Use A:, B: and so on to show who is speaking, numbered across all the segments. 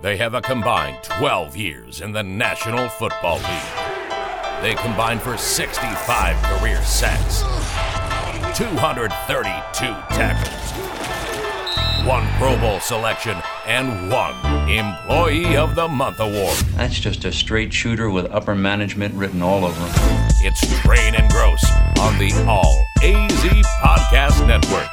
A: They have a combined 12 years in the National Football League. They combined for 65 career sacks, 232 tackles, one Pro Bowl selection, and one Employee of the Month award.
B: That's just a straight shooter with upper management written all over him.
A: It's Train and Gross on the All AZ Podcast Network.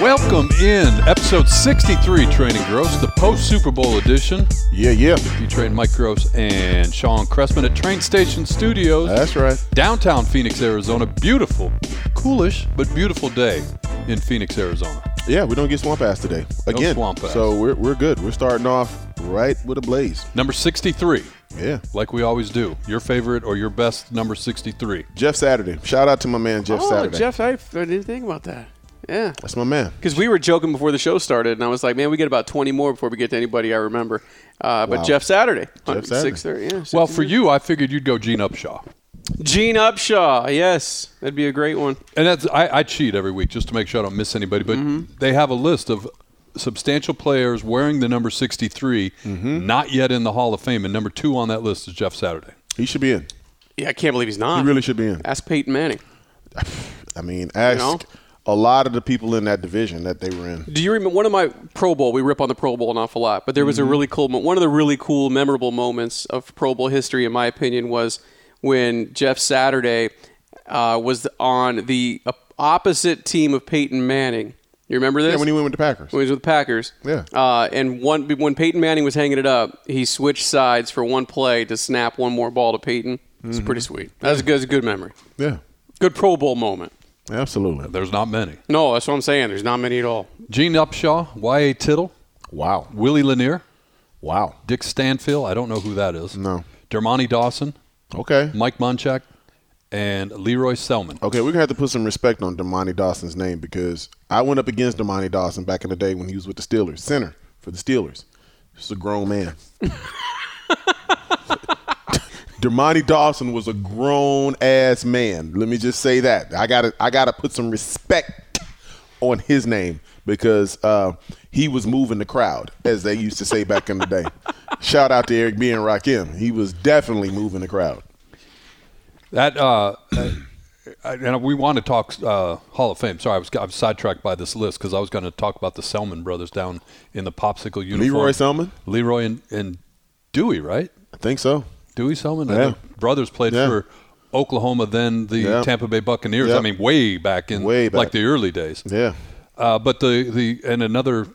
C: Welcome in episode 63, Training Gross, the post Super Bowl edition.
D: Yeah, yeah.
C: You train Mike Gross and Sean Cressman at Train Station Studios,
D: That's right.
C: downtown Phoenix, Arizona. Beautiful, coolish, but beautiful day in Phoenix, Arizona.
D: Yeah, we don't get swamp ass today. Again.
C: swamp ass.
D: So we're, we're good. We're starting off right with a blaze.
C: Number 63,
D: Yeah.
C: like we always do. Your favorite or your best number 63.
D: Jeff Saturday. Shout out to my man Jeff
E: oh,
D: Saturday.
E: Jeff, I, I didn't think about that. Yeah.
D: That's my man.
E: Because we were joking before the show started, and I was like, man, we get about 20 more before we get to anybody I remember. Uh, but
D: Wow.
E: Jeff Saturday.
D: Jeff Saturday.
E: 6:30, yeah,
C: Well, for you, I figured you'd go Gene Upshaw.
E: Gene Upshaw. Yes. That'd be a great one.
C: And that's I, I cheat every week just to make sure I don't miss anybody. But
D: Mm-hmm.
C: they have a list of substantial players wearing the number 63,
D: Mm-hmm.
C: not yet in the Hall of Fame. And number two on that list is Jeff Saturday.
D: He should be in.
E: Yeah, I can't believe he's not.
D: He really should be in.
E: Ask Peyton Manning.
D: I mean, ask
E: know?
D: a lot of the people in that division that they were in.
E: Do you remember one of my Pro Bowl? We rip on the Pro Bowl an awful lot, but there
D: Mm-hmm.
E: was a really cool mo- one of the really cool, memorable moments of Pro Bowl history, in my opinion, was when Jeff Saturday uh, was on the op- opposite team of Peyton Manning. You remember this?
D: Yeah, when he went with the Packers.
E: When he was with the Packers.
D: Yeah.
E: Uh, and one when Peyton Manning was hanging it up, he switched sides for one play to snap one more ball to Peyton. It's pretty
D: Mm-hmm.
E: sweet. That's a good, that's a good memory.
D: Yeah.
E: Good Pro Bowl moment.
D: Absolutely.
C: There's not many.
E: No, that's what I'm saying. There's not many at all.
C: Gene Upshaw, Y.A. Tittle,
D: Wow.
C: Willie Lanier,
D: Wow.
C: Dick Stanfield. I don't know who that is.
D: No.
C: Dermani Dawson,
D: Okay.
C: Mike Munchak, and Leroy Selman.
D: Okay, we're gonna have to put some respect on Damani Dawson's name because I went up against Damani Dawson back in the day when he was with the Steelers, center for the Steelers. This is a grown man. Damani Dawson was a grown ass man. Let me just say that. I gotta I gotta put some respect on his name because uh, he was moving the crowd, as they used to say back in the day. Shout out to Eric B and Rakim. He was definitely moving the crowd.
C: That uh, I, and we want to talk uh, Hall of Fame. Sorry, I was I was sidetracked by this list because I was going to talk about the Selman brothers down in the popsicle uniform.
D: Leroy Selman?
C: Leroy and, and Dewey, right?
D: I think so.
C: Dewey Selman. I
D: Yeah.
C: think brothers played
D: Yeah.
C: for Oklahoma, then the
D: Yeah.
C: Tampa Bay Buccaneers.
D: Yeah.
C: I mean, way back in
D: Way back.
C: like the early days.
D: Yeah.
C: Uh, but the the and another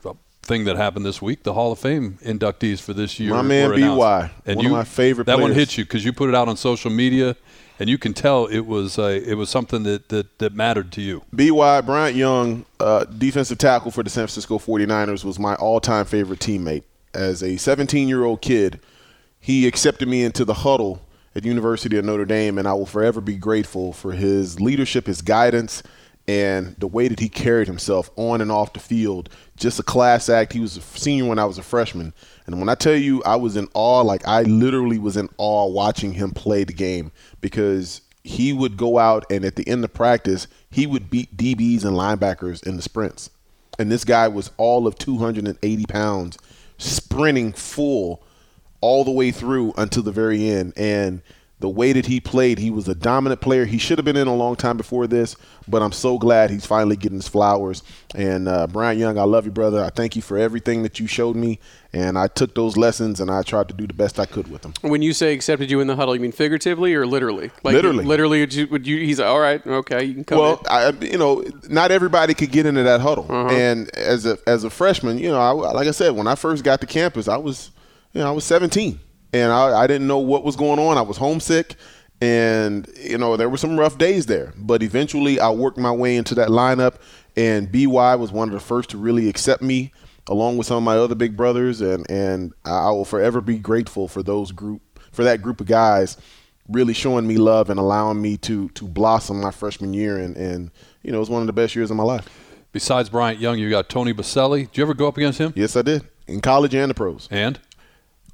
C: thing that happened this week, the Hall of Fame inductees for this year.
D: My man
C: were announced.
D: BY, one of my favorite
C: That one
D: players.
C: hit you because you put it out on social media, and you can tell it was uh, it was something that, that that mattered to you.
D: BY Bryant Young, uh, defensive tackle for the San Francisco 49ers, was my all time favorite teammate. As a 17 year old kid, he accepted me into the huddle at University of Notre Dame, and I will forever be grateful for his leadership, his guidance, and the way that he carried himself on and off the field. Just a class act. He was a senior when I was a freshman. And when I tell you I was in awe, like I literally was in awe watching him play the game because he would go out and at the end of practice, he would beat DBs and linebackers in the sprints. And this guy was all of 280 pounds, sprinting full all the way through until the very end. And the way that he played, he was a dominant player. He should have been in a long time before this, but I'm so glad he's finally getting his flowers. And uh, Brian Young, I love you, brother. I thank you for everything that you showed me. And I took those lessons and I tried to do the best I could with them.
E: When you say accepted you in the huddle, you mean figuratively or literally? Like
D: Literally.
E: literally. Would you, would you- He's like, all right, okay, you can come.
D: Well,
E: in." Uh-huh.
D: I, you know, not everybody could get into that huddle. And as a as a freshman, you know, I, like I said, when I first got to campus, I was, you know, I was 17, and I, I didn't know what was going on. I was homesick, and you know, there were some rough days there. But eventually, I worked my way into that lineup, and By was one of the first to really accept me, along with some of my other big brothers, and and I will forever be grateful for those group for that group of guys really showing me love and allowing me to to blossom my freshman year and and you know it was one of the best years of my life
C: Besides Bryant Young, you got Tony Baselli. Did you ever go up against him?
D: yes i did in college and the pros
C: And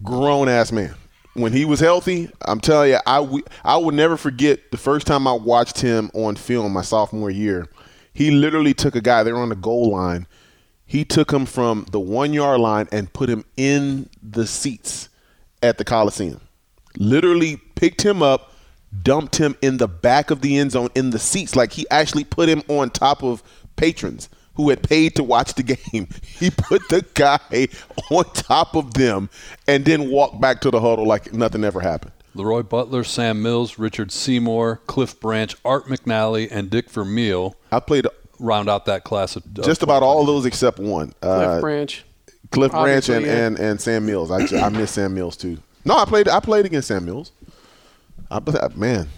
D: grown ass man when he was healthy i'm telling you i w- i will never forget the first time i watched him on film my sophomore year he literally took a guy they were on the goal line He took him from the one yard line and put him in the seats at the Coliseum. Literally picked him up, dumped him in the back of the end zone in the seats. Like he actually put him on top of patrons who had paid to watch the game. He put the guy on top of them and then walked back to the huddle like nothing ever happened.
C: Leroy Butler, Sam Mills, Richard Seymour, Cliff Branch, Art McNally, and Dick Vermeil
D: I played
C: round out that class of
D: just about all those except one.
E: Cliff
D: Uh,
E: Branch.
D: Cliff Branch
E: Obviously,
D: and,
E: yeah.
D: and, and Sam Mills. I, ju- I miss Sam Mills too. No, I played I played against Sam Mills. I, I man,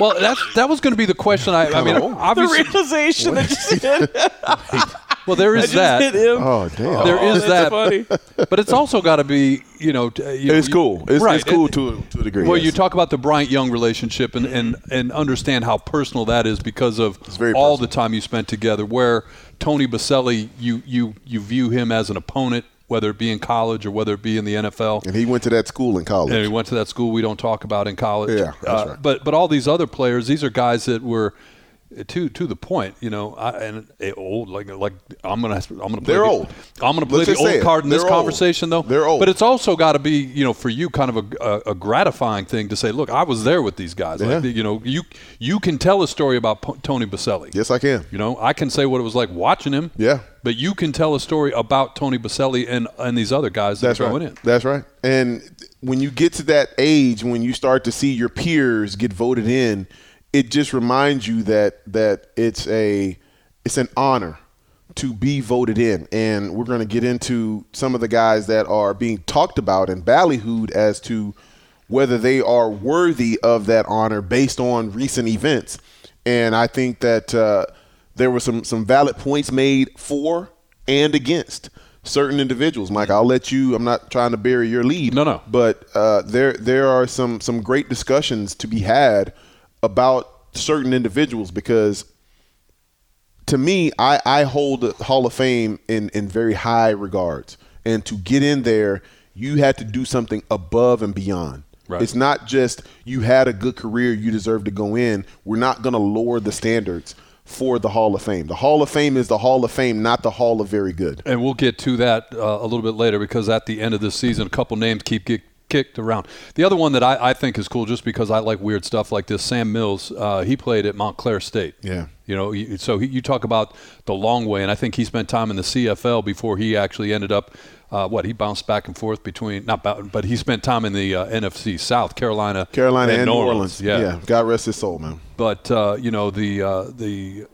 C: Well, that's, that was going to be the question. I, I mean,
D: Kinda old.
E: The
C: obviously,
E: realization that just hit,
C: well, there is
E: that
C: that.
E: just hit him.
D: oh damn,
C: There
E: Oh,
C: is that.
E: that's funny.
C: But it's also got to be, you know, t- uh, you,
D: it's
C: you-
D: cool. It's,
C: right.
D: it's cool
C: It-
D: to to a degree.
C: Well,
D: yes.
C: you talk about the Bryant Young relationship and, and, and understand how personal that is because of
D: very
C: all
D: personal.
C: the time you spent together. Where Tony Baselli, you, you, you view him as an opponent, whether it be in college or whether it be in the NFL.
D: and he went to that school in college.
C: And he went to that school we don't talk about in college.
D: Yeah, that's
C: Uh,
D: right.
C: But but all these other players, these are guys that were to to the point, you know, I, and eh, old like like I'm gonna I'm gonna play
D: They're
C: the,
D: old.
C: I'm gonna play
D: Let's
C: the
D: just say
C: old
D: it.
C: card in this
D: They're old.
C: conversation though.
D: They're old.
C: But it's also got to be you know for you kind of a, a, a gratifying thing to say, look, I was there with these guys. Like,
D: Yeah.
C: you know, you you can tell a story about P- Tony Baselli.
D: yes, I can.
C: You know, I can say what it was like watching him.
D: Yeah.
C: But you can tell a story about Tony Baselli and and these other guys that
D: That's
C: are
D: right.
C: going in.
D: That's right. And when you get to that age, when you start to see your peers get voted in, it just reminds you that that it's a it's an honor to be voted in. And we're going to get into some of the guys that are being talked about and ballyhooed as to whether they are worthy of that honor based on recent events. And I think that uh, there were some some valid points made for and against certain individuals. Mike, I'll let you. I'm not trying to bury your lead.
C: No, no.
D: But uh, there there are some some great discussions to be had about certain individuals because to me, I, I hold the Hall of Fame in, in very high regards. And to get in there, you had to do something above and beyond.
C: Right.
D: It's not just you had a good career, you deserve to go in. We're not going to lower the standards for the Hall of Fame. The Hall of Fame is the Hall of Fame, not the Hall of Very Good.
C: And we'll get to that uh, a little bit later because at the end of this season, a couple names keep get kicked around. The other one that I, I think is cool just because I like weird stuff like this, Sam Mills, uh, he played at Montclair State.
D: Yeah.
C: You know, he- so he, you talk about the long way, and I think he spent time in the CFL before he actually ended up. Uh, what he bounced back and forth between not bou- but he spent time in the uh, NFC South, Carolina,
D: Carolina and, New Orleans.
C: yeah,
D: God rest his soul, man.
C: but uh, you know the uh, the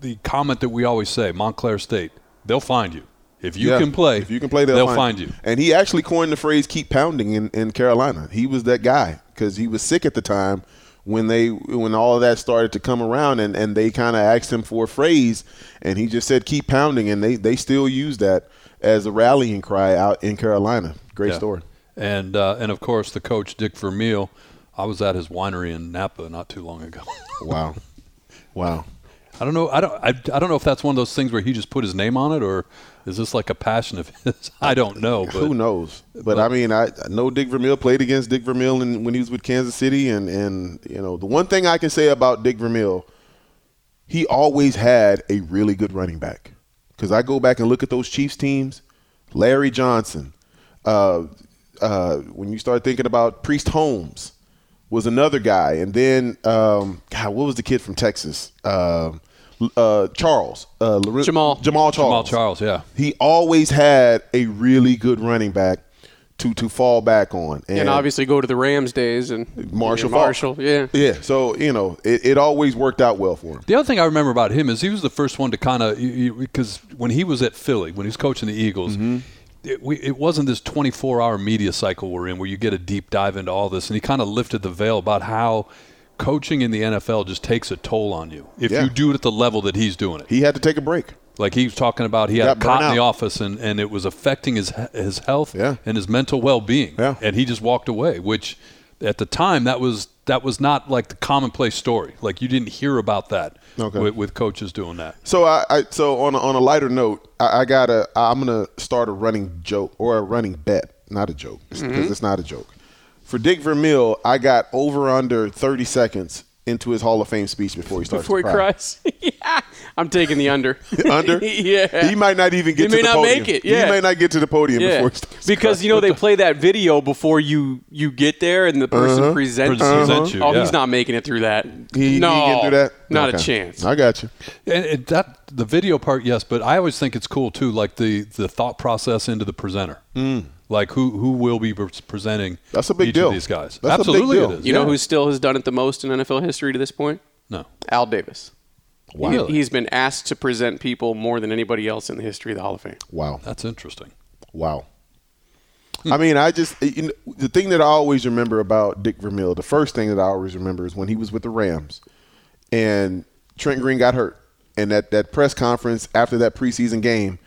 C: the comment that we always say, Montclair State, they'll find you if you
D: Yeah.
C: can play.
D: If you can play, they'll,
C: find you.
D: And he actually coined the phrase "keep pounding" in, in Carolina. He was that guy because he was sick at the time when they when all of that started to come around, and, and they kind of asked him for a phrase, and he just said "keep pounding," and they they still use that as a rallying cry out in Carolina. Great
C: Yeah.
D: story.
C: And uh, and of course the coach Dick Vermeil. I was at his winery in Napa not too long ago.
D: Wow, wow.
C: I don't know. I don't. I, I don't know if that's one of those things where he just put his name on it, or is this like a passion of his? I don't know. But
D: Who knows? But, I mean, I, I know Dick Vermeil played against Dick Vermeil in, when he was with Kansas City, and and you know the one thing I can say about Dick Vermeil, he always had a really good running back. Because I go back and look at those Chiefs teams, Larry Johnson. Uh, uh, when you start thinking about Priest Holmes, was another guy, and then um, God, what was the kid from Texas? Um, uh, Charles uh, Lore-
E: Jamal.
D: Jamal Charles.
C: Jamal Charles, yeah.
D: He always had a really good running back to to fall back on, and,
E: and obviously go to the Rams days and
D: Marshall
E: Yeah, Marshall,
D: Falk. Oh,
E: yeah.
D: yeah. So you know, it, it always worked out well for him.
C: The other thing I remember about him is he was the first one to kind of because when he was at Philly, when he was coaching the Eagles,
D: Mm-hmm.
C: it, we, it wasn't this 24-hour media cycle we're in where you get a deep dive into all this, and he kind of lifted the veil about how coaching in the NFL just takes a toll on you if
D: Yeah.
C: you do it at the level that he's doing it.
D: He had to take a break.
C: Like he was talking about, he
D: got
C: had a cot
D: burnt
C: in the
D: out.
C: office, and, and it was affecting his his health
D: Yeah.
C: and his mental well being.
D: Yeah.
C: And he just walked away, which at the time that was that was not like the commonplace story. Like you didn't hear about that
D: Okay.
C: with, with coaches doing that.
D: So I, I so on a, on a lighter note, I, I gotta I'm gonna start a running joke or a running bet, not a joke because
E: Mm-hmm.
D: it's not a joke. For Dick Vermeil, I got over under 30 seconds into his Hall of Fame speech before he started.
E: Before he cries. yeah. I'm taking the under.
D: Under?
E: yeah.
D: He might not even get
E: He
D: to the
E: may not
D: podium.
E: make it,
D: He
E: yeah.
D: may not get to the podium
E: Yeah.
D: before he starts.
E: because you know they play that video before you you get there and the person presents
C: Presents
E: you.
C: you,
E: Oh,
C: yeah.
E: he's not making it through that.
D: Uh-huh. He, he
E: no,
D: can do that?
E: Not a
D: Okay.
E: chance.
D: I got you.
C: And it, that the video part, yes, but I always think it's cool too, like the the thought process into the presenter, mm. like who who will be pre- presenting.
D: That's a big
C: each
D: deal.
C: Of these guys,
D: That's a big
C: absolutely,
D: deal.
C: it is.
E: you know
C: yeah.
E: who still has done it the most in NFL history to this point?
C: No,
E: Al Davis.
C: Wow.
E: He, he's been asked to present people more than anybody else in the history of the Hall of Fame.
D: Wow.
C: that's interesting.
D: Wow. I mean, I just you know, the thing that I always remember about Dick Vermeil, the first thing that I always remember is when he was with the Rams, and Trent Green got hurt, and at that press conference after that preseason game,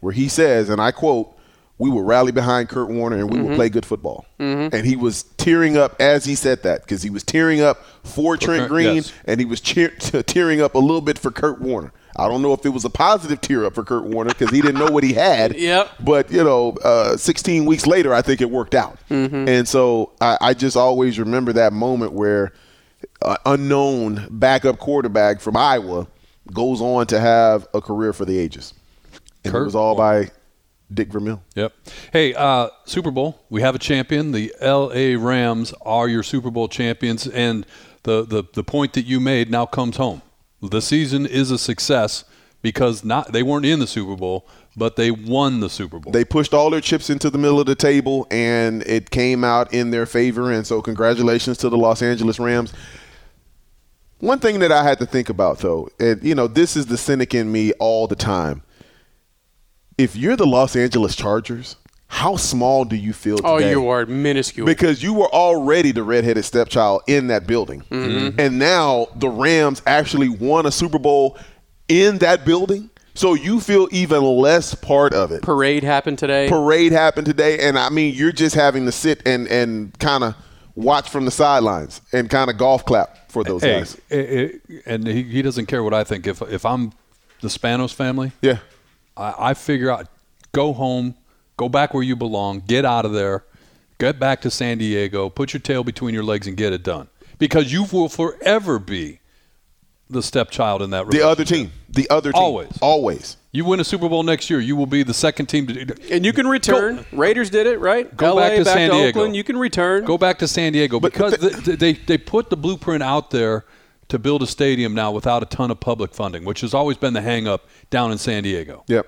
D: where he says, and I quote, "We will rally behind Kurt Warner and
E: Mm-hmm.
D: we will play good football," and he was tearing up as he said that because he was tearing up for Trent
C: Kurt,
D: Green
C: yes.
D: and he was cheer- tearing up a little bit for Kurt Warner. I don't know if it was a positive tear up for Kurt Warner because he didn't know what he had.
E: Yep.
D: But you know, uh, 16 weeks later, I think it worked out. And so I, I just always remember that moment where uh, unknown backup quarterback from Iowa goes on to have a career for the ages. And it
C: Kurt
D: was all by Dick Vermeil.
C: Yep. Hey, uh, Super Bowl. We have a champion. The L.A. Rams are your Super Bowl champions, and the the, the point that you made now comes home. The season is a success because not they weren't in the Super Bowl, but they won the Super Bowl.
D: They pushed all their chips into the middle of the table, and it came out in their favor. And so, congratulations to the Los Angeles Rams. One thing that I had to think about, though, and you know, this is the cynic in me all the time. If you're the Los Angeles Chargers, how small do you feel today?
E: Oh, you are minuscule.
D: Because you were already the redheaded stepchild in that building.
E: Mm-hmm.
D: And now the Rams actually won a Super Bowl in that building. So you feel even less part of it
E: Parade happened today.
D: parade happened today, and I mean, you're just having to sit and and kind of watch from the sidelines and kind of golf clap for those
C: Hey,
D: guys.
C: eh, eh, and he, he doesn't care what I think. If if I'm the Spanos family,
D: Yeah,
C: I, I figure out go home, go back where you belong, get out of there, get back to San Diego, put your tail between your legs, and get it done. Because you will forever be the stepchild in that.
D: the
C: relationship.
D: other team, the other team,
C: Always.
D: always.
C: You win a Super Bowl next year, you will be the second team to do.
E: and you can return. Raiders did it, right?
C: Go
E: LA
C: back to San Diego.
E: Oakland. You can return.
C: Go back to San Diego
D: But-
C: because th- they they put the blueprint out there to build a stadium now without a ton of public funding, which has always been the hang up down in San Diego.
D: Yep.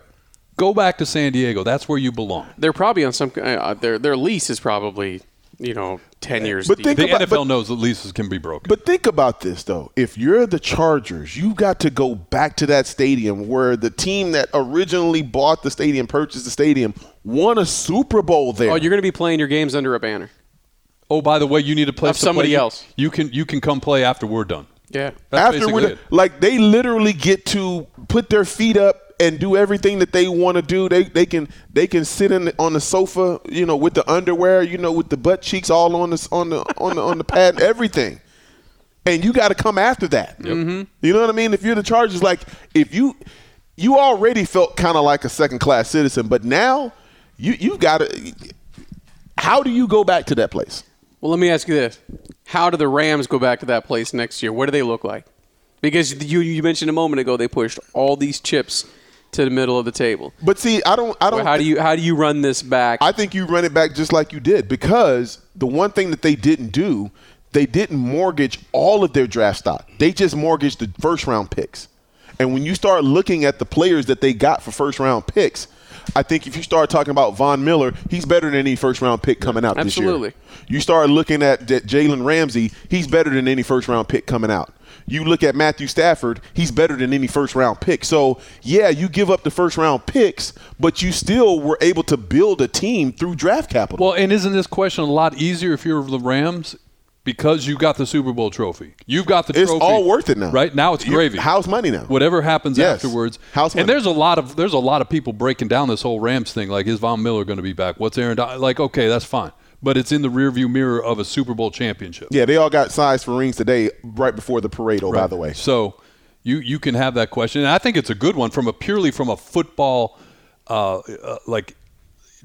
C: Go back to San Diego. That's where you belong.
E: They're probably on some. Uh, their their lease is probably you know ten years.
D: But
E: deep.
D: think
C: The
D: about-
C: NFL
D: but-
C: knows that leases can be broken.
D: But think about this though. If you're the Chargers, you got to go back to that stadium where the team that originally bought the stadium, purchased the stadium, won a Super Bowl there.
E: oh, you're going to be playing your games under a banner.
C: oh, by the way, you need a place
E: Of
C: to
E: somebody
C: play. You-
E: else.
C: You can you can come play after we're done.
E: Yeah.
C: That's
D: after
C: basically
D: we're
C: it.
D: like they literally get to put their feet up and do everything that they want to do. They they can they can sit in on the sofa, you know, with the underwear, you know, with the butt cheeks all on the on the on the on the pad, and everything. And you got to come after that. You know what I mean? If you're the Chargers, like if you you already felt kind of like a second class citizen, but now you you got to. How do you go back to that place?
E: Well, let me ask you this: How do the Rams go back to that place next year? What do they look like? Because you you mentioned a moment ago they pushed all these chips to the middle of the table.
D: But see, I don't I don't.
E: Well, how do you how do you run this back?
D: I think you run it back just like you did because the one thing that they didn't do, they didn't mortgage all of their draft stock. They just mortgaged the first round picks. And when you start looking at the players that they got for first round picks, I think if you start talking about Von Miller, he's better than any first round pick coming out
E: Absolutely.
D: this year. You start looking at J- Jalen Ramsey, he's better than any first round pick coming out. You look at Matthew Stafford, he's better than any first round pick. So, yeah, you give up the first round picks, but you still were able to build a team through draft capital.
C: Well, and isn't this question a lot easier if you're the Rams because you got the Super Bowl trophy? You've got the
D: It's
C: trophy.
D: all worth it now.
C: Right now, it's
D: You-
C: gravy.
D: house money now.
C: Whatever happens
D: Yes.
C: afterwards.
D: House
C: and
D: money.
C: there's a lot of there's a lot of people breaking down this whole Rams thing. Like, is Von Miller going to be back? What's Aaron? Don-? Like, okay, that's fine, but it's in the rearview mirror of a Super Bowl championship.
D: yeah, they all got sized for rings today, right before the parade, oh, by
C: Right.
D: the way.
C: So you you can have that question, and I think it's a good one from a purely from a football, uh, uh, like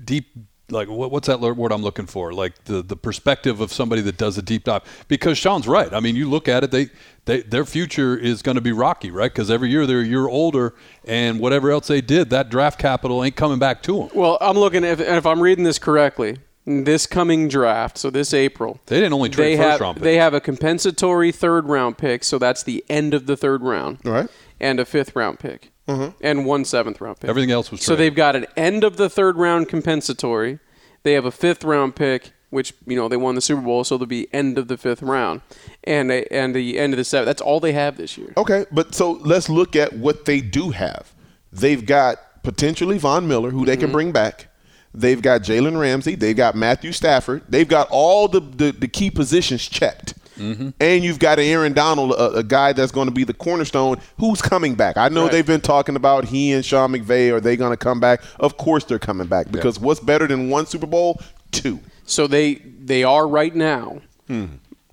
C: deep like what, what's that lo- word I'm looking for? Like the, the perspective of somebody that does a deep dive. Because Sean's right. I mean, you look at it, they, they their future is going to be rocky, right? Because every year they're a year older, and whatever else they did, that draft capital ain't coming back to them.
E: Well, I'm looking if if I'm reading this correctly, this coming draft, so this April,
C: They didn't only
E: they
C: trade first
E: have
C: round picks.
E: they have a compensatory third round pick, so that's the end of the third round,
D: Right.
E: And a fifth round pick, and one seventh round pick.
C: Everything else was
E: so
C: traded.
E: they've got an end of the third round compensatory. They have a fifth round pick, which you know they won the Super Bowl, so they'll be end of the fifth round, and they, and the end of the seventh. That's all they have this year.
D: Okay, but so let's look at what they do have. They've got potentially Von Miller, who
E: Mm-hmm.
D: they can bring back. They've got Jalen Ramsey. They've got Matthew Stafford. They've got all the the, the key positions checked.
E: Mm-hmm.
D: And you've got an Aaron Donald, a, a guy that's going to be the cornerstone, who's coming back. I know
E: Right.
D: they've been talking about he and Sean McVay. Are they going to come back? Of course they're coming back because what's better than one Super Bowl? Two.
E: So they they are right now
C: Hmm.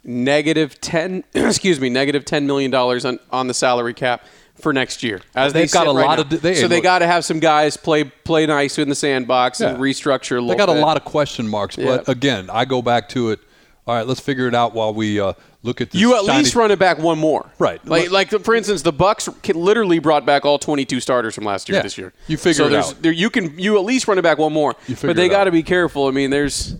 E: negative ten. excuse me, negative ten million dollars on, on the salary cap for next year. As
C: They've
E: they
C: got
E: sit
C: a
E: right
C: lot
E: now.
C: of- they-
E: so they
C: look-
E: got to have some guys play play nice in the sandbox and
C: Yeah.
E: restructure. A little
C: They got a
E: bit.
C: lot of question marks, but
E: Yeah.
C: again, I go back to it. All right, let's figure it out while we uh, look at this.
E: You at
C: shiny-
E: least run it back one more,
C: Right.
E: Like, like the, for instance, the Bucks ki- literally brought back all 22 starters from last year.
C: Yeah.
E: This year,
C: You figure
E: so
C: it
E: there's-
C: out.
E: There, you can you at least run it back one more,
C: You figure
E: but they
C: it
E: got to
C: out.
E: be careful. I mean, there's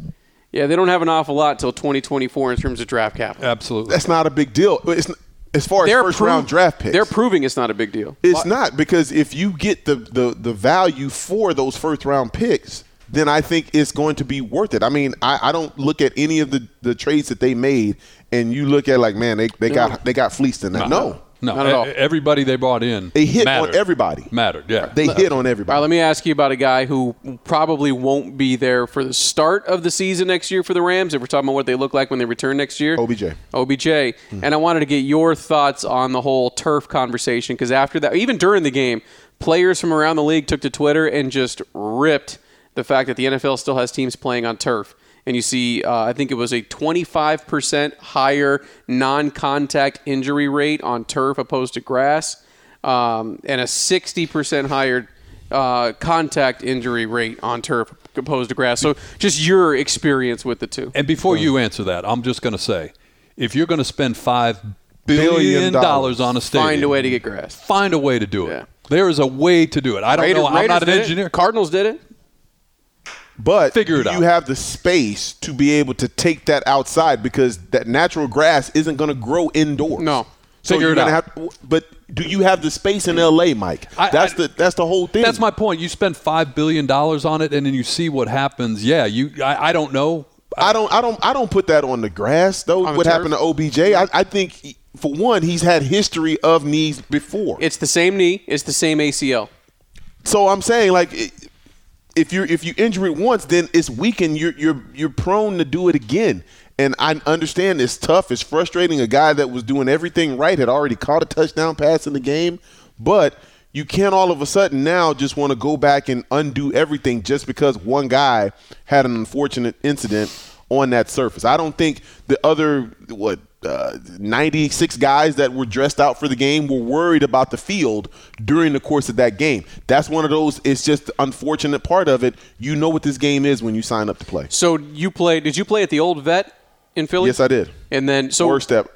E: yeah, they don't have an awful lot till 2024 in terms of draft capital.
C: Absolutely.
D: That's not a big deal. It's, as far as first
E: prov-
D: round draft picks,
E: They're proving it's not a big deal.
D: It's not because if you get the, the the value for those first round picks, then I think it's going to be worth it. I mean, I, I don't look at any of the, the trades that they made and you look at like, man, they, they got they got fleeced in that. No.
C: No,
E: Oh. Not at
C: e-
E: all.
C: everybody they brought in.
D: They hit
C: mattered.
D: on everybody.
C: Mattered, yeah.
D: They hit on
E: All right,
D: everybody.
E: let me ask you about a guy who probably won't be there for the start of the season next year for the Rams. If we're talking about what they look like when they return next year,
D: OBJ.
E: OBJ. And I wanted to get your thoughts on the whole turf conversation because after that, even during the game, players from around the league took to Twitter and just ripped the fact that the NFL still has teams playing on turf. And you see, uh, I think it was a 25% higher non contact injury rate on turf opposed to grass, um, and a 60% higher uh, contact injury rate on turf opposed to grass. So, just your experience with the two.
C: And before you answer that, I'm just going to say, if you're going to spend five
D: Billion
C: billion
D: dollars.
C: dollars on a stadium,
E: Find a way to get grass.
C: find a way to do it.
E: Yeah.
C: There is a way to do it. I don't
E: Raider-
C: know. I'm not
E: Raiders
C: an
E: did it.
C: engineer.
E: Cardinals did it.
D: But
C: Figure it
D: you
C: out.
D: have the space to be able to take that outside because that natural grass isn't going to grow indoors.
E: No.
D: So
C: Figure
D: you're
C: it
D: gonna
C: out.
D: have but do you have the space in LA, Mike?
C: I-
D: that's
C: I-
D: the that's the whole thing.
C: That's my point. You spend five billion dollars on it, and then you see what happens. Yeah, you. I, I don't know.
D: I don't, I don't, I don't put that on the grass though.
E: On the
D: what
E: turf?
D: happened to OBJ? I, I think he- for one, he's had history of knees before.
E: It's the same knee. It's the same ACL.
D: so I'm saying like, i- if you if you injure it once, then it's weakened. You're you're you're prone to do it again. And I understand it's tough. It's frustrating. A guy that was doing everything right had already caught a touchdown pass in the game, but you can't all of a sudden now just want to go back and undo everything just because one guy had an unfortunate incident on that surface. I don't think the other what uh, 96 guys that were dressed out for the game were worried about the field during the course of that game. That's one of those. It's just the unfortunate part of it. You know what this game is when you sign up to play.
E: So you play? Did you play at the old vet in Philly?
D: Yes, I did.
E: And then so
D: Worst step.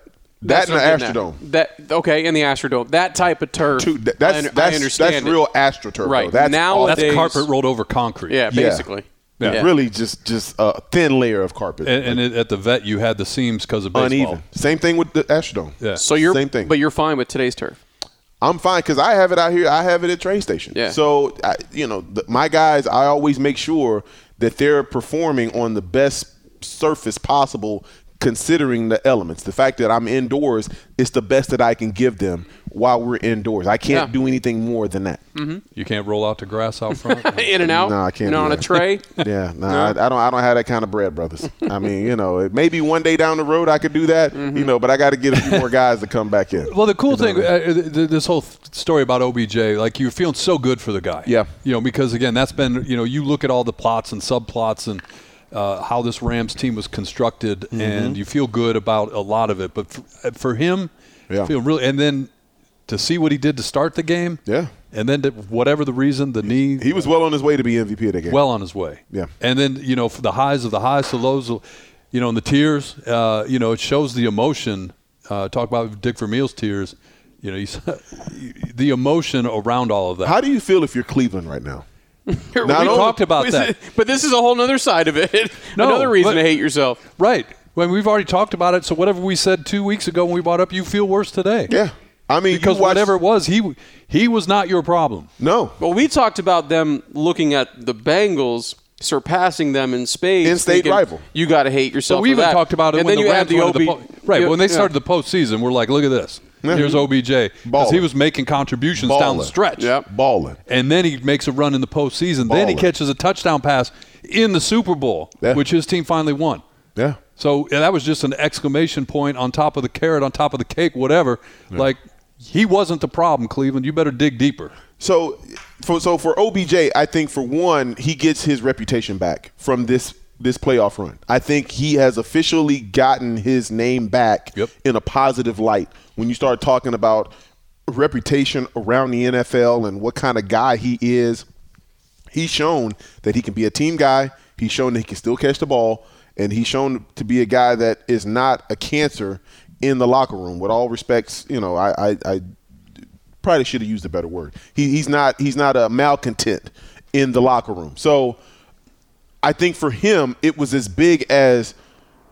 D: That
E: that's
D: and the
E: what I'm getting
D: Astrodome.
E: at. That okay, and the Astrodome. That type of turf.
D: Two, that,
E: I,
D: that's
E: un- I
D: that's,
E: understand
D: that's
E: it.
D: real AstroTurf.
E: Right.
D: Right. That's
E: Now
D: all-
C: That's
E: days-
C: carpet rolled over concrete.
E: Yeah,
D: yeah.
E: basically.
D: Yeah. Really, just just a thin layer of carpet.
C: And, and it, at the vet, you had the seams because of baseball.
D: uneven. Same thing with the Astrodome.
C: Yeah.
E: So you're
D: Same thing.
E: but you're fine with today's turf.
D: I'm fine because I have it out here. I have it at train station.
E: Yeah.
D: So I, you know, the, my guys, I always make sure that they're performing on the best surface possible, considering the elements. The fact that I'm indoors, it's the best that I can give them while we're indoors. I can't
E: Yeah. Mm-hmm.
D: do anything more than that.
C: You can't roll out to grass out front.
E: In and out.
D: No, I can't
E: And
D: do
E: on a
D: that.
E: tray.
D: Yeah, nah, I, I don't. I don't have that kind of bread, brothers. I mean, you know, it- maybe one day down the road I could do that. You
E: Mm-hmm.
D: know, but I got to get a few more guys to come back in.
C: Well, the cool thing, uh, th- th- this whole th- story about OBJ, like you're feeling so good for the guy.
D: Yeah.
C: You know, because again, that's been, you know, you look at all the plots and subplots and uh, how this Rams team was constructed,
D: Mm-hmm.
C: and you feel good about a lot of it. But uh, for, for him,
D: Yeah.
C: feel really, and then to see what he did to start the game.
D: Yeah.
C: And then, to, whatever the reason, the knee
D: He was well on his way to be MVP of that game.
C: well on his way.
D: Yeah.
C: And then, you know, for the highs of the highs, the lows, of- you know, and the tears, uh, you know, it shows the emotion. Uh, talk about Dick Vermeil's tears. You know, he's, the emotion around all of that.
D: how do you feel if you're Cleveland right now?
E: we
D: Not only-
C: talked about that.
E: But this is a whole other side of it.
C: No,
E: Another reason
C: but-
E: to hate yourself.
C: right. When we've already talked about it, so whatever we said two weeks ago when we brought up, you feel worse today.
D: Yeah, I mean, you
C: Because
D: watch-
C: whatever it was, he he was not your problem.
D: No,
E: Well, we talked about them looking at the Bengals surpassing them in space.
D: In-state
E: thinking,
D: rival.
E: You got to hate yourself.
C: So we
E: for
C: even
E: that.
C: talked about it
E: and
C: when
E: then
C: the
E: you
C: Rams
E: have the
C: went
E: OB,
C: to the po- right
E: you-
C: when they
E: yeah.
C: started the postseason. We're like, look at this. Here's OBJ because he
D: Baller.
C: was making contributions down the
D: Baller.
C: stretch.
E: Yep.
D: balling.
C: And then he makes a run in the postseason. Then he
D: Baller.
C: catches a touchdown pass in the Super Bowl,
D: Yeah.
C: which his team finally won.
D: Yeah,
C: So yeah, that was just an exclamation point on top of the carrot, on top of the cake, whatever. Like he wasn't the problem, Cleveland. You better dig deeper.
D: So, for, so for OBJ, I think for one, he gets his reputation back from this this playoff run. I think he has officially gotten his name back
C: Yep.
D: in a positive light. When you start talking about reputation around the NFL and what kind of guy he is, he's shown that he can be a team guy. He's shown that he can still catch the ball, and he's shown to be a guy that is not a cancer in the locker room. With all respects, you know, I, I, I probably should have used a better word. He, he's not he's not a malcontent in the locker room. So I think for him it was as big as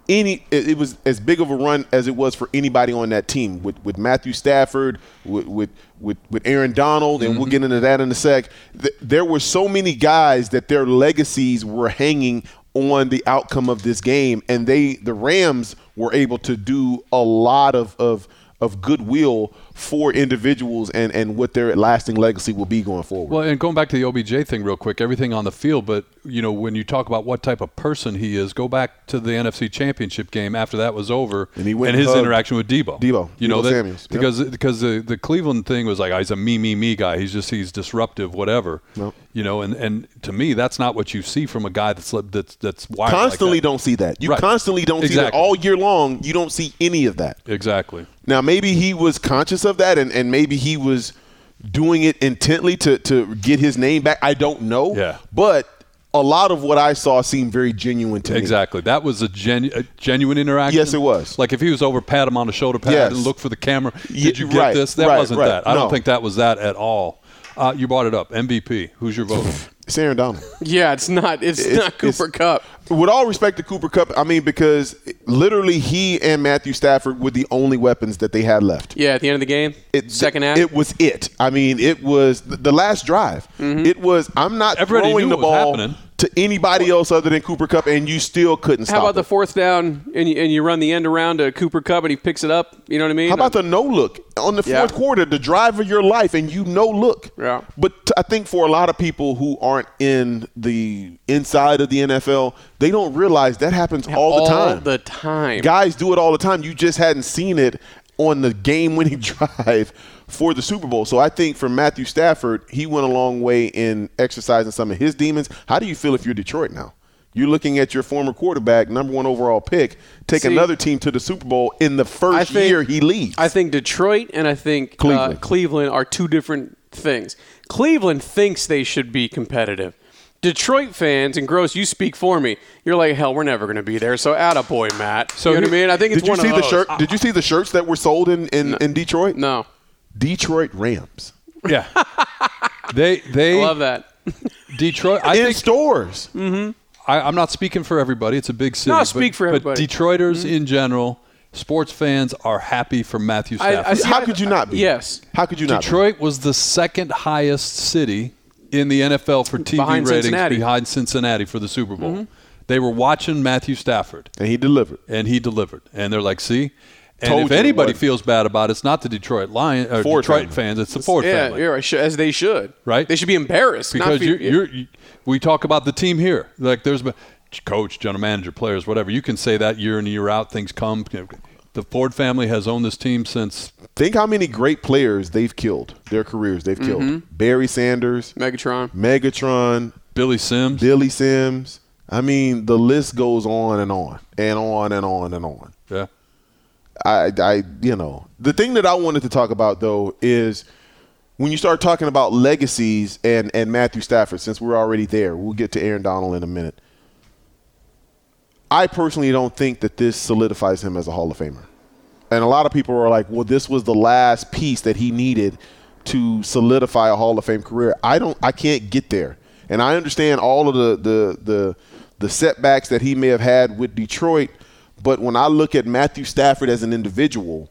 D: any it it was as big of a run as it was for anybody on that team with with Matthew Stafford with with with, with Aaron Donald and we'll get into that in a sec. Th- there were so many guys that their legacies were hanging on the outcome of this game and they the Rams were able to do a lot of of of goodwill for individuals and and what their lasting legacy will be going forward.
C: Well, and going back to the OBJ thing real quick, everything on the field, but you know, when you talk about what type of person he is, go back to the NFC Championship game after that was over,
D: And he went and
C: his
D: hugged
C: interaction with Debo.
D: Debo,
C: you know
D: Debo
C: that
D: Samuels, yep.
C: because because the, the Cleveland thing was like oh, he's a me me me guy. He's just he's disruptive, whatever.
D: Nope.
C: You know, and and to me, that's not what you see from a guy that's li- that's that's wired like
D: constantly
C: that.
D: don't see that. You
C: Right.
D: constantly don't see that
C: Exactly.
D: all year long. You don't see any of that.
C: exactly.
D: Now maybe he was conscious of that and, and maybe he was doing it intently to, to get his name back. I don't know.
C: Yeah.
D: But a lot of what I saw seemed very genuine to me.
C: Exactly. That was a, genu- a genuine interaction.
D: Yes, it was.
C: Like if he was over, pat him on the shoulder pad
D: Yes.
C: and look for the camera.
D: Ye-
C: Did you get
D: right,
C: this? That
D: right,
C: wasn't
D: right.
C: that. I
D: No.
C: don't think that was that at all. Uh, you brought it up. MVP. Who's your vote?
D: It's Aaron Donald.
E: Yeah, it's not. It's,
D: It's-
E: not Cooper
D: it's-
E: Cup.
D: With all respect to Cooper Cup, I mean because literally he and Matthew Stafford were the only weapons that they had left.
E: Yeah, at the end of the game,
D: It,
E: second half.
D: It was it. I mean, it was th- the last drive.
E: Mm-hmm.
D: It was. I'm not
C: Everybody
D: throwing
C: knew
D: the
C: what was
D: ball
C: happening.
D: to anybody else other than Cooper Cup, and you still couldn't
E: How
D: stop.
E: about
D: it.
E: the fourth down and you, and you run the end around to Cooper Cup and he picks it up? You know what I mean?
D: How about the no look on the
E: Yeah.
D: fourth quarter, the drive of your life, and you no look.
E: Yeah.
D: But t- I think for a lot of people who aren't in the inside of the NFL, they don't realize that happens all the time.
E: the time.
D: Guys do it all the time. You just hadn't seen it on the game winning drive for the Super Bowl. So I think for Matthew Stafford, he went a long way in exercising some of his demons. How do you feel if you're Detroit now? You're looking at your former quarterback, number one overall pick, take
E: See-
D: another team to the Super Bowl in the first
E: I think-
D: year he leaves.
E: I think Detroit and I think Cleveland.
D: Cleveland.
E: Uh, Cleveland are two different things. Cleveland thinks they should be competitive. Detroit fans and Gross, you speak for me. You're like, hell, we're never going to be there. So, attaboy, Matt. So you know what I mean? I think it's
D: did you
E: one
D: see
E: of
D: the
E: those.
D: shirt? Did you see the shirts that were sold in in, in Detroit?
E: No,
D: Detroit Rams
C: yeah. They
E: I
C: they
E: love that.
C: Detroit. I
D: in
C: think
D: stores.
E: Mm-hmm.
C: I, I'm not speaking for everybody. It's a big city.
E: No, I
C: but-
E: speak for everybody. Mm-hmm.
C: But Detroiters in general, sports fans are happy for Matthew
E: I- I
C: Stafford.
E: see-
D: How could you not be?
E: Yes.
D: How could you not? be?
C: Detroit was the second highest city in the NFL for TV
E: Behind
C: ratings
E: Cincinnati.
C: behind Cincinnati for the Super Bowl.
D: Mm-hmm.
C: They were watching Matthew Stafford,
D: And he delivered.
C: and he delivered. And they're like, "See." And
D: Told
C: if
D: you it
C: anybody
D: wasn't.
C: feels bad about it, it's not the Detroit Lion or
D: Ford
C: Detroit
D: family.
C: fans; it's the Ford
E: yeah,
C: family,
E: you're right, sh- as they should.
C: Right.
E: They should be embarrassed. not
C: because
E: fe-
C: you're, you're, you- we talk about the team here. Like, there's been- coach, general manager, players, whatever. You can say that year in year out, things come. The Ford family has owned this team since
D: Think how many great players they've killed, their careers they've killed. Barry Sanders,
E: Megatron.
D: Megatron,
C: Billy Sims.
D: Billy Sims. I mean, the list goes on and on and on and on and on.
C: yeah.
D: I, I, you know, the thing that I wanted to talk about though is when you start talking about legacies and, and Matthew Stafford, since we're already there, we'll get to Aaron Donald in a minute. I personally don't think that this solidifies him as a Hall of Famer. And a lot of people are like, well, this was the last piece that he needed to solidify a Hall of Fame career. I don't I can't get there. And I understand all of the the the, the setbacks that he may have had with Detroit, but when I look at Matthew Stafford as an individual,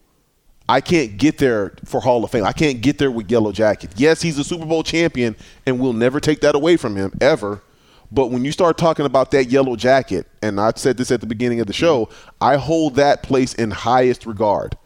D: I can't get there for Hall of Fame. I can't get there with Yellow Jacket. Yes, he's a Super Bowl champion, and we'll never take that away from him ever. But when you start talking about that Yellow Jacket, and I said this at the beginning of the show, I hold that place in highest regard.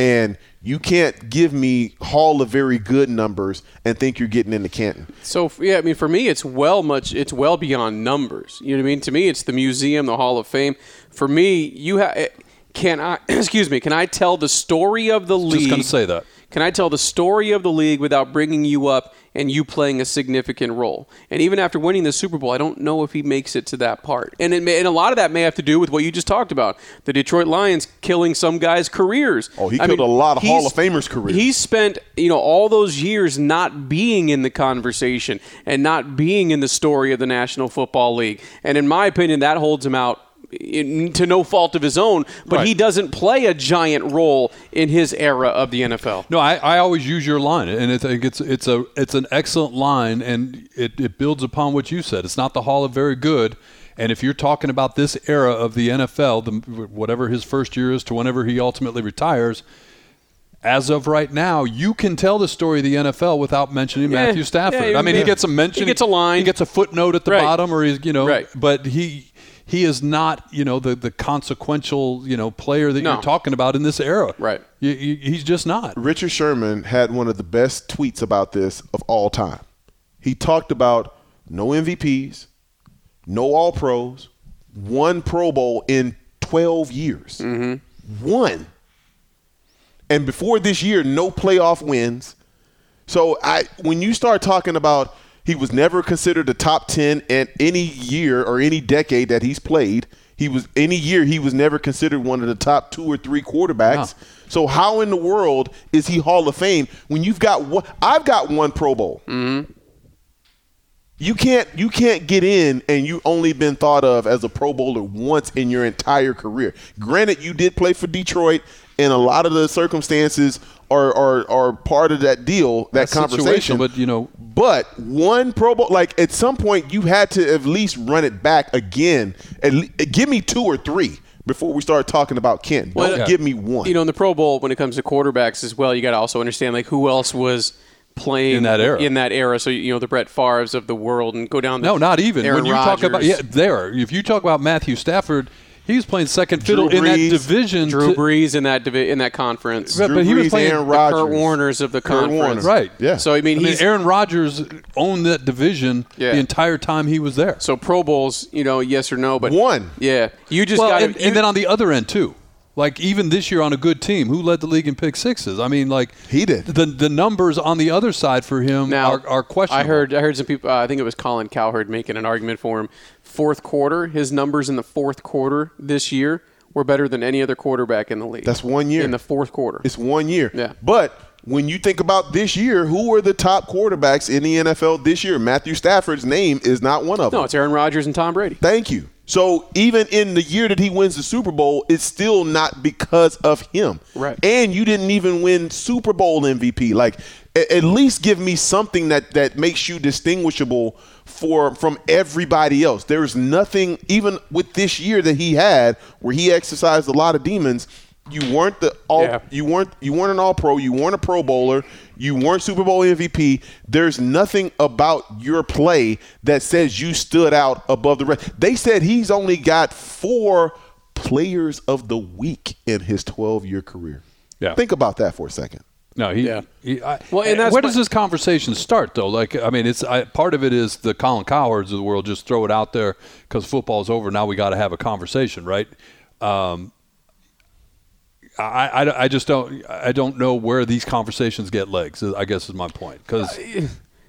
D: And you can't give me Hall of Very Good numbers and think you're getting into Canton.
E: So f- yeah, I mean, for me, it's well much. It's well beyond numbers. You know what I mean? To me, it's the museum, the Hall of Fame. For me, you have. Can I? excuse me. Can I tell the story of the league?
C: Just gonna say that.
E: Can I tell the story of the league without bringing you up and you playing a significant role? And even after winning the Super Bowl, I don't know if he makes it to that part. And it may, and a lot of that may have to do with what you just talked about: the Detroit Lions killing some guys' careers.
D: Oh, he killed a lot of Hall of Famers' careers.
E: He spent you know all those years not being in the conversation and not being in the story of the National Football League. And in my opinion, that holds him out in, to no fault of his own, but
C: Right.
E: he doesn't play a giant role in his era of the NFL.
C: No, I, I always use your line, and I think it's it's a it's an excellent line, and it, it builds upon what you said. It's not the Hall of Very Good, and if you're talking about this era of the NFL, the, whatever his first year is to whenever he ultimately retires, as of right now, you can tell the story of the NFL without mentioning
E: Yeah,
C: Matthew Stafford.
E: yeah,
C: I mean,
E: yeah.
C: he gets a mention,
E: He gets a line.
C: he gets a footnote at the
E: Right.
C: bottom, or he's you know,
E: Right.
C: but he. He is not, you know, the, the consequential, you know, player that
E: No.
C: you're talking about in this era.
E: Right.
C: You, you, he's just not.
D: Richard Sherman had one of the best tweets about this of all time. He talked about no MVPs, no All Pros, one Pro Bowl in 12 years. One. And before this year, no playoff wins. So I, when you start talking about he was never considered the top 10 in any year or any decade that he's played, he was any year he was never considered one of the top two or three quarterbacks.
C: No.
D: So how in the world is he Hall of Fame when you've got one, I've got one Pro Bowl. You can't you can't get in and you only been thought of as a Pro Bowler once in your entire career. Granted, you did play for Detroit, and a lot of the circumstances are are, are part of that deal, that
C: That's
D: conversation.
C: situational, but, you know-
D: but one Pro Bowl, like at some point, you had to at least run it back again. At le- give me two or three before we start talking about Kent. Don't
E: yeah.
D: give me one.
E: You know, in the Pro Bowl, when it comes to quarterbacks as well, you got to also understand like who else was playing
C: In that era.
E: In that era, so you know the Brett Favre's of the world, and go down. The
C: No, not even.
E: Aaron
C: when you talk
E: Rodgers.
C: about yeah, there. If you talk about Matthew Stafford, he was playing second fiddle in that
D: Brees.
C: division.
E: Drew
C: to-
E: Brees in that divi- in that conference,
C: But-
D: Drew
C: but he was
D: Brees,
C: playing
D: Aaron
E: the Kurt
D: Rodgers,
E: Warners of the
D: Kurt Warner.
E: conference.
C: Right.
D: Yeah.
E: So I mean,
C: I mean,
E: he's
C: Aaron Rodgers owned that division
E: Yeah.
C: the entire time he was there.
E: so Pro Bowls. You know, yes or no, but
D: One.
E: Yeah, you just
C: well,
E: got
C: and, and then on the other end too. Like even this year on a good team, who led the league in pick sixes? I mean, like
D: He did.
C: The the numbers on the other side for him
E: now
C: are, are questionable.
E: I heard I heard some people. Uh, I think it was Colin Cowherd making an argument for him. Fourth quarter, his numbers in the fourth quarter this year were better than any other quarterback in the league.
D: That's one year.
E: in the fourth quarter.
D: It's one year.
E: Yeah.
D: But when you think about this year, who were the top quarterbacks in the NFL this year? Matthew Stafford's name is not one of them.
E: no, it's Aaron Rodgers and Tom Brady.
D: Thank you. So even in the year that he wins the Super Bowl, it's still not because of him.
E: Right.
D: And you didn't even win Super Bowl MVP. Like a- at least give me something that that makes you distinguishable for from everybody else. There is nothing even with this year that he had where he exercised a lot of demons. You weren't the all
E: Yeah.
D: you weren't you weren't an all pro, you weren't a pro bowler, you weren't Super Bowl MVP. There's nothing about your play that says you stood out above the rest. They said he's only got four players of the week in his 12 year career.
C: Yeah.
D: Think about that for a second.
C: No, he.
E: Yeah.
C: he- I- eh,
E: Well, and that's
C: where
E: my-
C: does this conversation start, though? Like, I mean, it's I, part of it is the Colin Cowards of the world just throw it out there because football's over. Now we got to have a conversation, right? Um, I, I, I just don't I don't know where these conversations get legs. I guess is my point because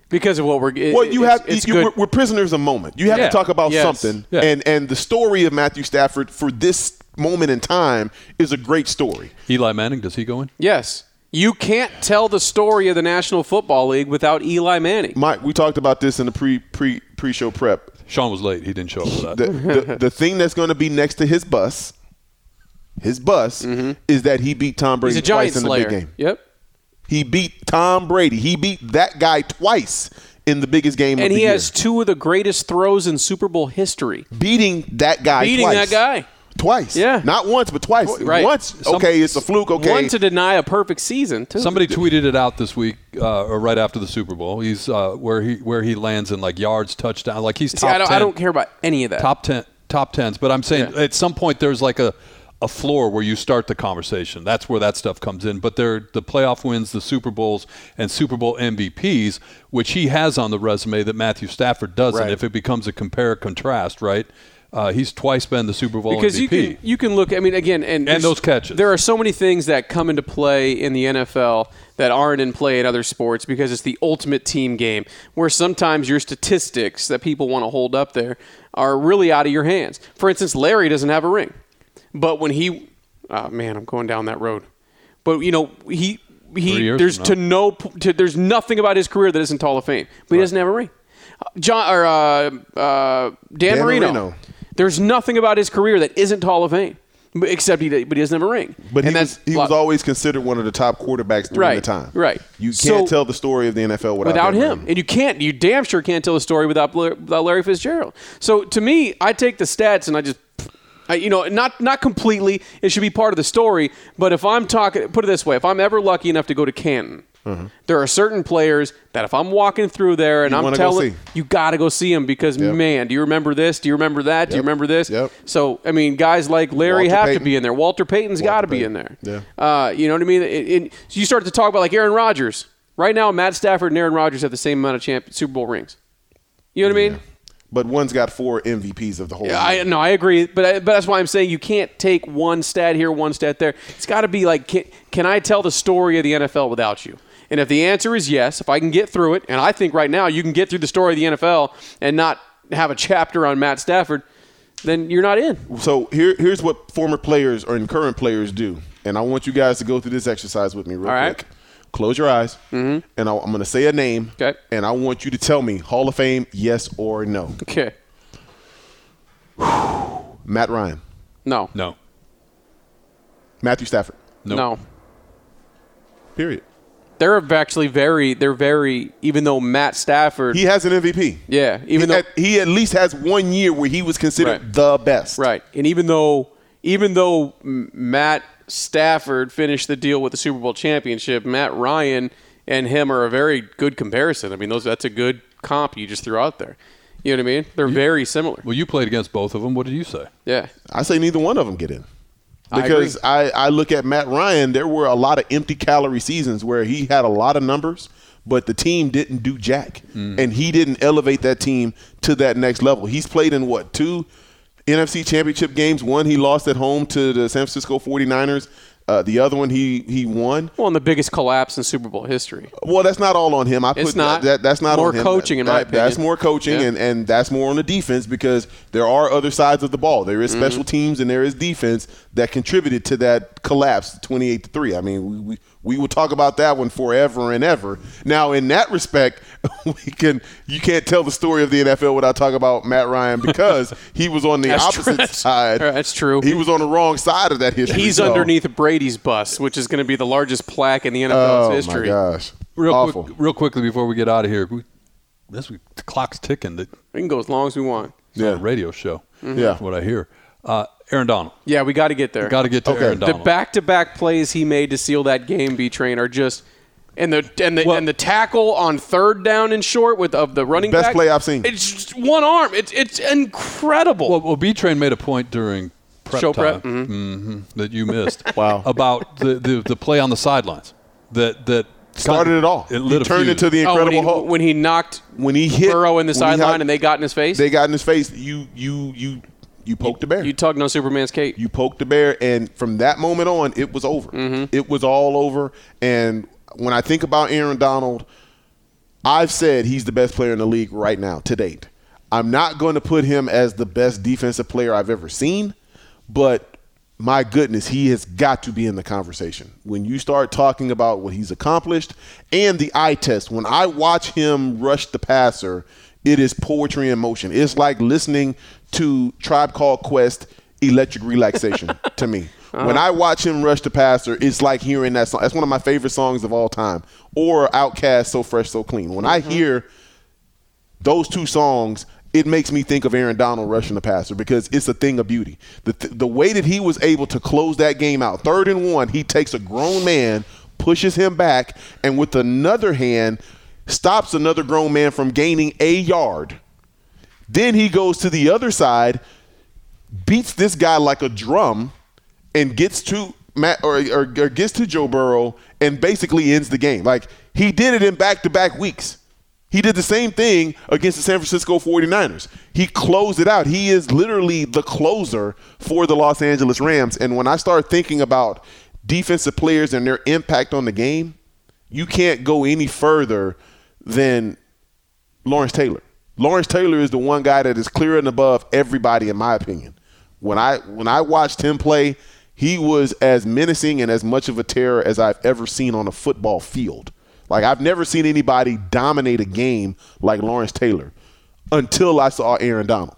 E: because of what we're. It,
D: Well, you
E: it's-
D: have
E: It's
D: you,
E: good.
D: we're, we're prisoners of moment. You have
C: Yeah.
D: to talk about
E: Yes.
D: something,
C: Yeah.
D: and and the story of Matthew Stafford for this moment in time is a great story.
C: Eli Manning does he go in?
E: yes. You can't tell the story of the National Football League without Eli Manning.
D: Mike, we talked about this in the pre pre pre show prep.
C: Sean was late. He didn't show up for that.
D: The, the, the thing that's going to be next to his bus, his bus, is that he beat Tom Brady
E: Mm-hmm. He's a
D: twice
E: giant
D: in the
E: slayer.
D: big game.
E: Yep.
D: He beat Tom Brady. He beat that guy twice in the biggest game of
E: And
D: the
E: he
D: year.
E: has two of the greatest throws in Super Bowl history.
D: beating that guy
E: Beating
D: twice.
E: that guy.
D: Twice.
E: Yeah.
D: Not once, but twice.
E: Right.
D: Once,
E: Some-
D: okay, it's a fluke, okay.
E: One to deny a perfect season, too.
C: Somebody tweeted it out this week, uh, or right after the Super Bowl. He's uh, where he where he lands in like yards, touchdown. Like he's top
E: See, I don't,
C: 10,
E: I don't care about any of that.
C: top ten, top tens. But I'm saying
E: Yeah.
C: at some point there's like a a floor where you start the conversation. That's where that stuff comes in. But they're the playoff wins, the Super Bowls, and Super Bowl MVPs, which he has on the resume that Matthew Stafford doesn't.
D: Right.
C: If it becomes a compare contrast, right? Uh, he's twice been the Super Bowl
E: because
C: MVP.
E: you can you can look. I mean, again, and there's-
C: those catches.
E: There are so many things that come into play in the NFL that aren't in play in other sports because it's the ultimate team game, where sometimes your statistics that people want to hold up there are really out of your hands. For instance, Larry doesn't have a ring, but when he, oh man, I'm going down that road, but you know he
C: Three
E: he
C: years
E: there's
C: from
E: to no p- to, there's nothing about his career that isn't Hall of Fame, but he doesn't have a ring. John or uh, uh, Dan,
D: Dan
E: Marino.
D: Marino.
E: There's nothing about his career that isn't Hall of Fame, b- except he did- but he doesn't have a ring.
D: but he,
E: and
D: was, he was always considered one of the top quarterbacks during
E: Right,
D: the time.
E: right.
D: You can't
E: So-
D: tell the story of the NFL without,
E: without
D: that
E: him,
D: man.
E: and you can't. You damn sure can't tell a story without Bla- without Larry Fitzgerald. So to me, I take the stats and I just. I, you know, not not completely. It should be part of the story. But if I'm talking, put it this way: if I'm ever lucky enough to go to Canton, there are certain players that if I'm walking through there and
D: Mm-hmm. You
E: I'm
D: wanna go
E: telling
D: see.
E: you got to go see them because man, do you remember this? Do you remember that? Do you
D: Yep.
E: remember this?
D: Yep.
E: So I mean, guys like Larry
D: Walter
E: have to
D: Payton.
E: be in there. Walter Payton's got to be in
D: Payton.
E: there.
D: Yeah.
E: Uh, you know what I mean? It, it- so you start to talk about like Aaron Rodgers. Right now, Matt Stafford and Aaron Rodgers have the same amount of champ- Super Bowl rings. You know what I mean?
D: But one's got four MVPs of the whole
E: Yeah, I
D: year.
E: no, I agree, but I, but that's why I'm saying you can't take one stat here, one stat there. It's got to be like, can, can I tell the story of the NFL without you? And if the answer is yes, if I can get through it, and I think right now you can get through the story of the NFL and not have a chapter on Matt Stafford, then you're not in.
D: So here, here's what former players or and current players do, and I want you guys to go through this exercise with me real
E: All right. Mm-hmm.
D: quick. Close your eyes, and I, I'm going to say a name,
E: Okay.
D: and I want you to tell me Hall of Fame, yes or no.
E: Okay,
D: Matt Ryan,
E: no,
C: no,
D: Matthew Stafford.
C: no,
E: no.
D: Period.
E: They're actually very, they're very. Even though Matt Stafford,
D: He has an MVP.
E: yeah, even
D: he,
E: though
D: at, he at least has one year where he was considered
E: Right.
D: the best.
E: Right. And even though even though M- Matt Stafford finished the deal with the Super Bowl championship, Matt Ryan and him are a very good comparison. I mean, those that's a good comp you just threw out there. You know what I mean? They're very similar.
C: Well, you played against both of them. What did you say?
E: Yeah.
D: I say neither one of them get in.
E: I agree.
D: Because I, I, look at Matt Ryan, there were a lot of empty calorie seasons where he had a lot of numbers, but the team didn't do jack.
E: Hmm.
D: And he didn't elevate that team to that next level. He's played in what, two NFC championship games? One he lost at home to the San Francisco 49ers. Uh, the other one he he won.
E: Well, and the biggest collapse in Super Bowl history.
D: Well, that's not all on him. I
E: It's
D: put
E: not.
D: That, that- that's not
E: More
D: on him.
E: coaching, in my
D: That- That's
E: opinion.
D: more coaching,
E: Yeah.
D: and, and that's more on the defense because there are other sides of the ball. There is
E: Mm-hmm.
D: special teams and there is defense that contributed to that collapse, twenty eight to three. I mean, we, we we will talk about that one forever and ever. Now, in that respect, we can you can't tell the story of the NFL without talking about Matt Ryan because he was on the
E: That's true.
D: opposite
E: That's-
D: side.
E: that's true.
D: He was on the wrong side of that history.
E: He's
D: so-
E: underneath Brady's bus, which is going to be the largest plaque in the NFL's
D: Oh
E: history.
D: my gosh!
C: Real
D: Awful.
C: quick, real quickly before we get out of here, we, this we, the clock's ticking. The,
E: We can go as long as we want.
C: yeah.
D: Yeah.
C: radio show.
D: Yeah.
C: That's what I hear. Uh, Aaron Donald.
E: Yeah, we got to get there.
C: Got to get to
D: Okay.
C: Aaron
E: the
C: Donald.
E: back-to-back plays he made to seal that game, B Train, are just and the and the
C: Well-
E: and the tackle on third down and short with of the running
D: Best
E: back,
D: play I've seen.
E: It's just one arm. It's it's incredible.
C: well, well, B Train made a point during prep
E: Show
C: time
E: prep,
C: mhm, that you missed.
D: Mm-hmm. Wow.
C: About the, the, the play on the sidelines that that
D: Started it all.
C: It lit
D: he
C: a
D: turned
C: fuse.
D: into the
E: Oh, when,
D: Incredible
E: he,
D: Hulk.
E: when he knocked
D: when he hit
E: Burrow in the
D: when he
E: sideline
D: had-
E: and they got in his face,
D: they got in his face. You you you you poked the bear.
E: you
D: You,
E: tugged on Superman's cape.
D: poked the bear, and from that moment on, it was over. It was all over. And when I think about Aaron Donald, I've said he's the best player in the league right now to date. I'm not going to put him as the best defensive player I've ever seen, but my goodness, he has got to be in the conversation. When you start talking about what he's accomplished and the eye test, when I watch him rush the passer, it is poetry in motion. It's like listening to Tribe Called Quest Electric Relaxation to me. When I watch him rush the passer, it's like hearing that song. That's one of my favorite songs of all time. Or Outkast, So Fresh, So Clean. When I hear those two songs, it makes me think of Aaron Donald rushing the passer because it's a thing of beauty. The, th- the way that he was able to close that game out, third and one, he takes a grown man, pushes him back, and with another hand, stops another grown man from gaining a yard. Then he goes to the other side, beats this guy like a drum, and gets to Matt or, or, or gets to Joe Burrow and basically ends the game. Like he did it in back-to-back weeks. He did the same thing against the San Francisco 49ers. He closed it out. He is literally the closer for the Los Angeles Rams. And when I start thinking about defensive players and their impact on the game, you can't go any further than Lawrence Taylor. Lawrence Taylor is the one guy that is clear and above everybody, in my opinion. When I when I watched him play, he was as menacing and as much of a terror as I've ever seen on a football field. Like I've never seen anybody dominate a game like Lawrence Taylor until I saw Aaron Donald.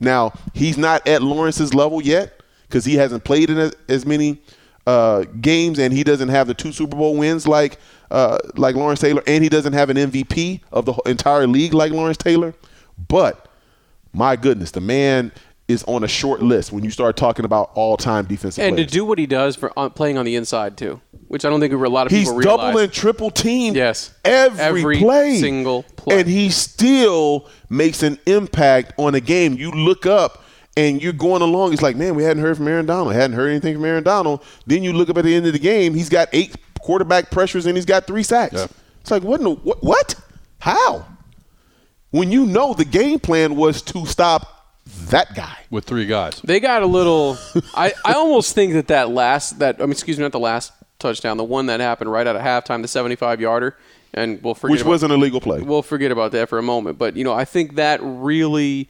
D: Now he's not at Lawrence's level yet because he hasn't played in as, as many uh, games and he doesn't have the two Super Bowl wins like uh, like Lawrence Taylor, and he doesn't have an MVP of the wh- entire league like Lawrence Taylor. But my goodness, the man is on a short list when you start talking about all-time defensive
E: and to
D: players.
E: do what he does for on, playing on the inside too, which I don't think a lot of
D: He's
E: people
D: double
E: realize.
D: and triple team.
E: Yes.
D: every,
E: Every
D: play,
E: single play.
D: and he still makes an impact on a game. You look up and you're going along. It's like, man, we hadn't heard from Aaron Donald. Hadn't heard anything from Aaron Donald. Then you look up at the end of the game. He's got eight quarterback pressures and he's got three sacks. It's like, what? In the, what? What? How? When you know the game plan was to stop that guy.
C: with three guys.
E: they got a little. I, I almost think that that last that I mean, excuse me, not the last touchdown, the one that happened right out of halftime, the seventy-five yarder, and we'll forget
D: Which
E: about-
D: was an illegal play.
E: We'll forget about that for a moment, but you know, I think that really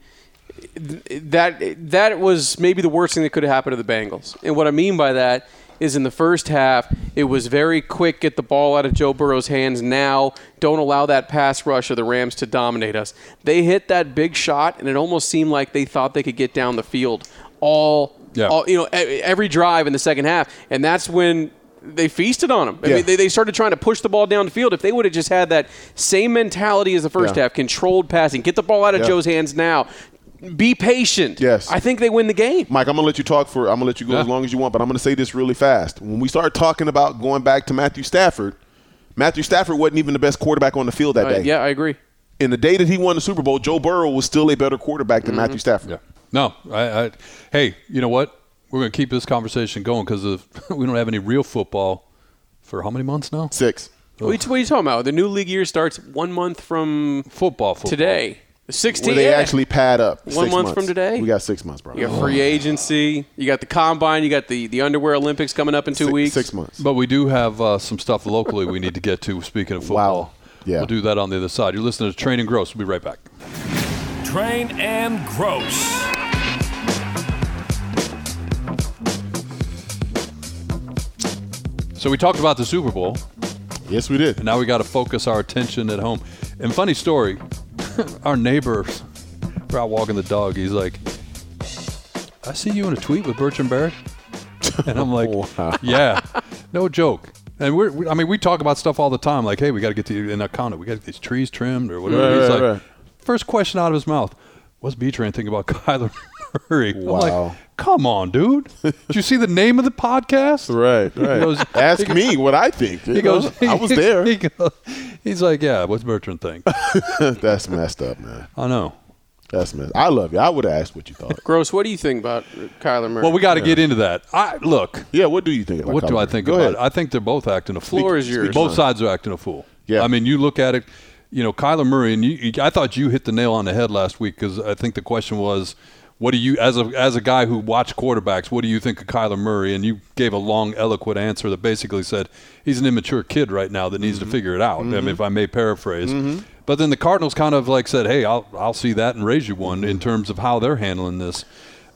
E: that that was maybe the worst thing that could have happened to the Bengals. And what I mean by that is in the first half, it was very quick get the ball out of Joe Burrow's hands now. Don't allow that pass rush of the Rams to dominate us. They hit that big shot and it almost seemed like they thought they could get down the field all,
C: Yeah.
E: all you know e- every drive in the second half and that's when they feasted on them. I
D: Yeah.
E: mean, they, they started trying to push the ball down the field. If they would have just had that same mentality as the first
D: Yeah.
E: half, controlled passing, get the ball out of
D: Yeah.
E: Joe's hands now, be patient.
D: Yes.
E: I think they win the game.
D: Mike, I'm gonna let you talk for. I'm gonna let you go
C: Yeah.
D: as long as you want, but I'm gonna say this really fast. When we start talking about going back to Matthew Stafford, Matthew Stafford wasn't even the best quarterback on the field that
E: Uh,
D: day.
E: yeah, I agree.
D: In the day that he won the Super Bowl, Joe Burrow was still a better quarterback
E: Mm-hmm.
D: than Matthew Stafford.
C: Yeah. No. I, I, hey, you know what? We're going to keep this conversation going because we don't have any real football for how many months now?
D: Six.
E: What are, you, what are you talking about? The new league year starts one month from
C: Football, football.
E: today. The
D: Where
E: 16th.
D: they
E: yeah.
D: actually pad up.
E: One
D: six
E: month
D: months.
E: from today?
D: We got six months, bro.
E: You got free agency. You got the combine. You got the, the underwear Olympics coming up in two
D: six,
E: weeks.
D: Six months.
C: But we do have uh, some stuff locally we need to get to. Speaking of football,
D: Wow. Yeah.
C: we'll do that on the other side. You're listening to Train and Gross. We'll be right back.
A: Train and Gross.
C: So we talked about the Super Bowl.
D: Yes, we did.
C: and now we got to focus our attention at home. And funny story, our neighbors were out walking the dog. He's like, "I see you in a tweet with Bertram Barrett," and I'm like, "Yeah, no joke." And we're, we, I mean, we talk about stuff all the time. Like, hey, we got to get the in Akana, we got to get these trees trimmed or whatever.
D: Right,
C: He's
D: right,
C: like,
D: right.
C: first question out of his mouth, "What's B Train thinking about Kyler Murray?" I'm
D: Wow.
C: like, come on, dude. Did you see the name of the podcast?
D: Right, right.
C: goes-
D: Ask me what I think. you
C: He goes,
D: know? I was there.
C: He goes, he's like, yeah, what's Bertrand think?
D: That's messed up, man.
C: I know.
D: That's messed. I love you. I would have asked what you thought.
E: Gross, what do you think about Kyler Murray?
C: Well, we got to get into that. I look.
D: Yeah. What do you think? About
C: What do
D: Kyler
C: I
D: Murray?
C: think
D: Go
C: about
D: ahead.
C: it? I think they're both acting a fool.
E: Floor is yours.
C: Both sides are acting a fool.
D: Yeah.
C: I mean, you look at it. You know, Kyler Murray, and you, you- I thought you hit the nail on the head last week because I think the question was, what do you, as a as a guy who watched quarterbacks, what do you think of Kyler Murray? And you gave a long, eloquent answer that basically said he's an immature kid right now that
D: Mm-hmm.
C: needs to figure it out. I mean, if I may paraphrase. But then the Cardinals kind of like said, hey, I'll I'll see that and raise you one in terms of how they're handling this.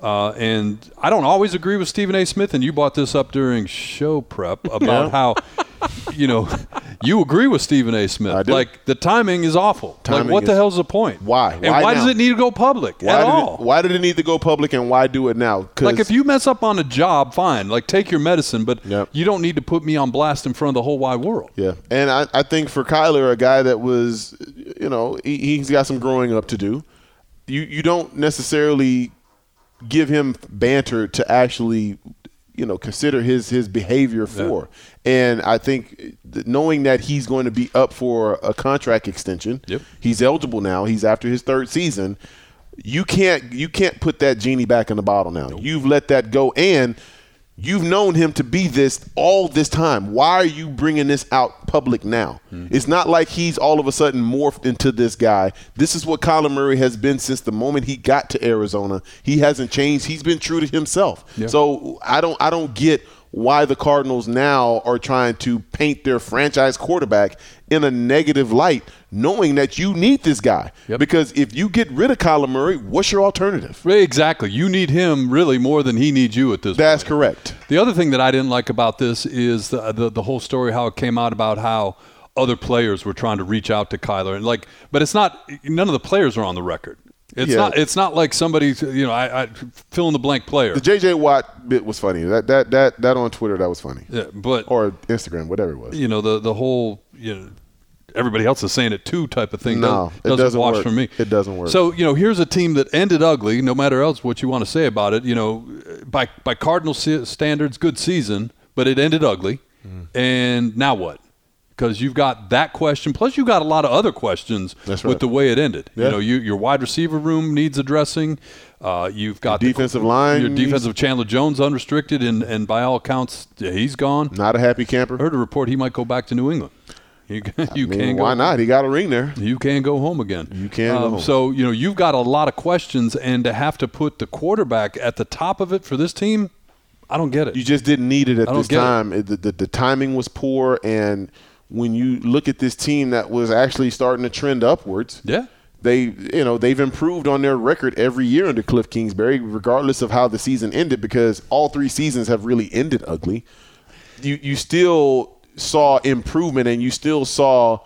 C: Uh, and I don't always agree with Stephen A. Smith, and you brought this up during show prep about how, you know, you agree with Stephen A. Smith.
D: I do.
C: Like the timing is awful.
D: Timing
C: like what the
D: is-
C: hell's the point?
D: Why?
C: And
D: Why
C: why, does
D: now?
C: it need to go public
D: Why
C: at
D: did,
C: all?
D: It, why did it need to go public and why do it now? 'Cause-
C: Like if you mess up on a job, fine. Like take your medicine, but
D: Yep.
C: you don't need to put me on blast in front of the whole wide world.
D: Yeah, and I, I think for Kyler, a guy that was, you know, he, he's got some growing up to do. You you don't necessarily give him banter to actually, you know, consider his his behavior for. And I think that knowing that he's going to be up for a contract extension,
C: Yep.
D: he's eligible now. He's after his third season. You can't you can't put that genie back in the bottle now. You've let that go, and you've known him to be this all this time. Why are you bringing this out public now? It's not like he's all of a sudden morphed into this guy. This is what Kyler Murray has been since the moment he got to Arizona. He hasn't changed. He's been true to himself.
C: Yeah.
D: So I don't I don't get why the Cardinals now are trying to paint their franchise quarterback in a negative light, knowing that you need this guy.
C: Yep.
D: Because if you get rid of Kyler Murray, what's your alternative?
C: Right, Exactly. You need him really more than he needs you at this
D: That's
C: point.
D: correct.
C: The other thing that I didn't like about this is the, the the whole story how it came out about how other players were trying to reach out to Kyler and like, but it's not none of the players are on the record. It's
D: Yeah.
C: not. It's not like somebody you know. I, I fill in the blank player.
D: The JJ Watt bit was funny. That that that that on Twitter that was funny.
C: Yeah, but
D: Or Instagram, whatever it was.
C: you know the the whole you know everybody else is saying it too type of thing
D: No,
C: doesn't,
D: it doesn't
C: wash
D: work.
C: for me
D: It doesn't work.
C: so you know here's a team that ended ugly no matter else what you want to say about it you know by by cardinal se- standards good season but it ended ugly
D: Mm.
C: and now what because you've got that question plus you've got a lot of other questions
D: That's
C: with
D: right.
C: the way it ended
D: Yeah.
C: you know you, your wide receiver room needs addressing uh, you've got
D: Your defensive line
C: your
D: needs-
C: defensive chandler jones unrestricted and, and by all accounts yeah, he's gone
D: Not a happy camper.
C: I heard a report he might go back to New England. You, you
D: I mean,
C: can go,
D: why not? He got a ring there.
C: You can go home again. Um,
D: You can go home.
C: So you know you've got a lot of questions, and to have to put the quarterback at the top of it for this team, I don't get it.
D: You just didn't need it at
C: I don't
D: this
C: get it.
D: time. It- the, the, the timing was poor, and when you look at this team that was actually starting to trend upwards,
C: Yeah.
D: they you know they've improved on their record every year under Cliff Kingsbury, regardless of how the season ended, because all three seasons have really ended ugly. You you still saw improvement, and you still saw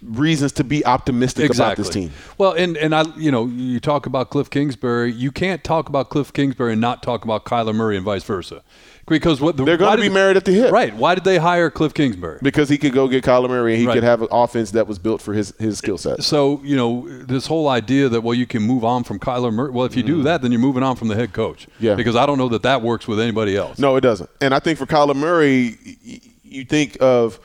D: reasons to be optimistic about this team.
C: Well, and and I, you know, you talk about Cliff Kingsbury. You can't talk about Cliff Kingsbury and not talk about Kyler Murray and vice versa, because what the,
D: They're gonna
C: why
D: be
C: did-
D: married at the hip.
C: right? Why did they hire Cliff Kingsbury?
D: Because he could go get Kyler Murray, and he
C: Right.
D: could have an offense that was built for his his skill set.
C: So you know this whole idea that well you can move on from Kyler Murray. Well, if you do that, then you're moving on from the head coach.
D: Mm-hmm. Yeah.
C: Because I don't know that that works with anybody else.
D: No, it doesn't. And I think for Kyler Murray, y- y- you think of,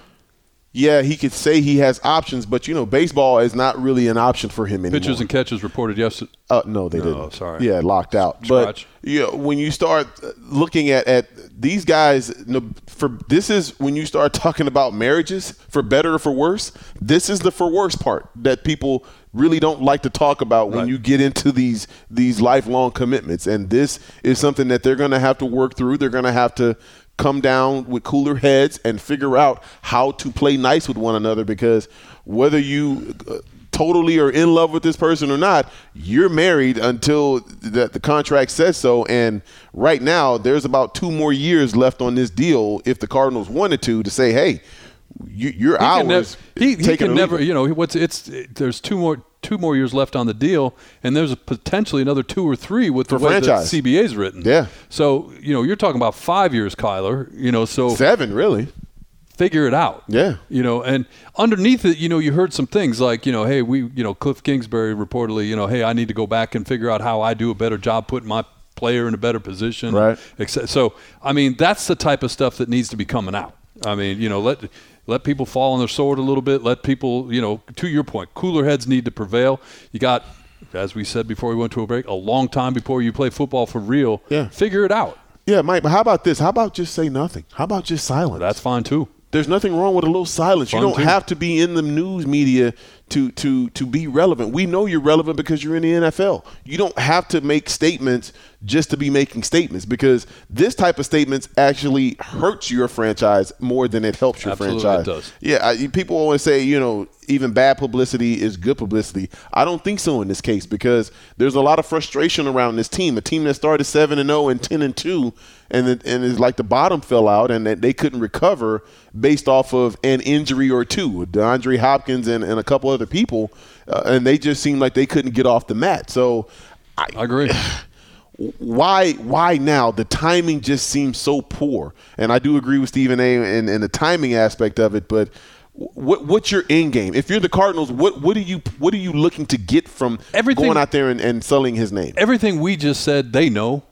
D: yeah, he could say he has options, but you know, baseball is not really an option for him anymore.
C: Pitches and catches reported yesterday.
D: Uh, no, they didn't.
C: sorry.
D: Yeah, locked out.
C: Scratch.
D: But you know, when you start uh, looking at, at these guys, no, for this is when you start talking about marriages, for better or for worse. This is the for worse part that people really don't like to talk about when
C: Right.
D: you get into these these lifelong commitments, and this is something that they're going to have to work through. They're going to have to come down with cooler heads and figure out how to play nice with one another because whether you uh, totally are in love with this person or not, you're married until the, the contract says so. And right now, there's about two more years left on this deal if the Cardinals wanted to to say, hey, you, your
C: He can,
D: hours.
C: nev- he, he
D: taken
C: can
D: or
C: never.
D: leaving.
C: You know what's it's. it- there's two more two more years left on the deal, and there's potentially another two or three with the
D: For
C: way
D: franchise.
C: the CBA's written.
D: Yeah.
C: So you know you're talking about five years, Kyler. You know so
D: Seven, really.
C: figure it out.
D: Yeah.
C: You know, and underneath it, you know, you heard some things like, you know, hey, we, you know, Cliff Kingsbury reportedly, you know, hey, I need to go back and figure out how I do a better job putting my player in a better position.
D: Right.
C: Exce- So, I mean, that's the type of stuff that needs to be coming out. I mean, you know, let let people fall on their sword a little bit. Let people, you know, to your point, cooler heads need to prevail. You got, as we said before we went to a break, a long time before you play football for real.
D: Yeah.
C: Figure it out.
D: Yeah, Mike, but how about this? How about just say nothing? How about just silence?
C: That's fine too.
D: There's nothing wrong with a little silence. You
C: Fun
D: don't
C: too.
D: have to be in the news media to to to be relevant. We know you're relevant because you're in the NFL. You don't have to make statements just to be making statements because this type of statements actually hurts your franchise more than it helps your
C: Absolutely, it
D: franchise.
C: does.
D: Yeah, I, people always say, you know, even bad publicity is good publicity. I don't think so in this case because there's a lot of frustration around this team. A team that started seven and zero and ten and two, and it- and it's like the bottom fell out and that they couldn't recover based off of an injury or two, DeAndre Hopkins and, and a couple other people, uh, and they just seemed like they couldn't get off the mat. So, I,
C: I agree.
D: why why now the timing just seems so poor and i do agree with stephen a and, and the timing aspect of it but what, what's your end game if you're the cardinals what what are you what are you looking to get from
C: Everything-
D: going out there and, and selling his name
C: Everything we just said, they know.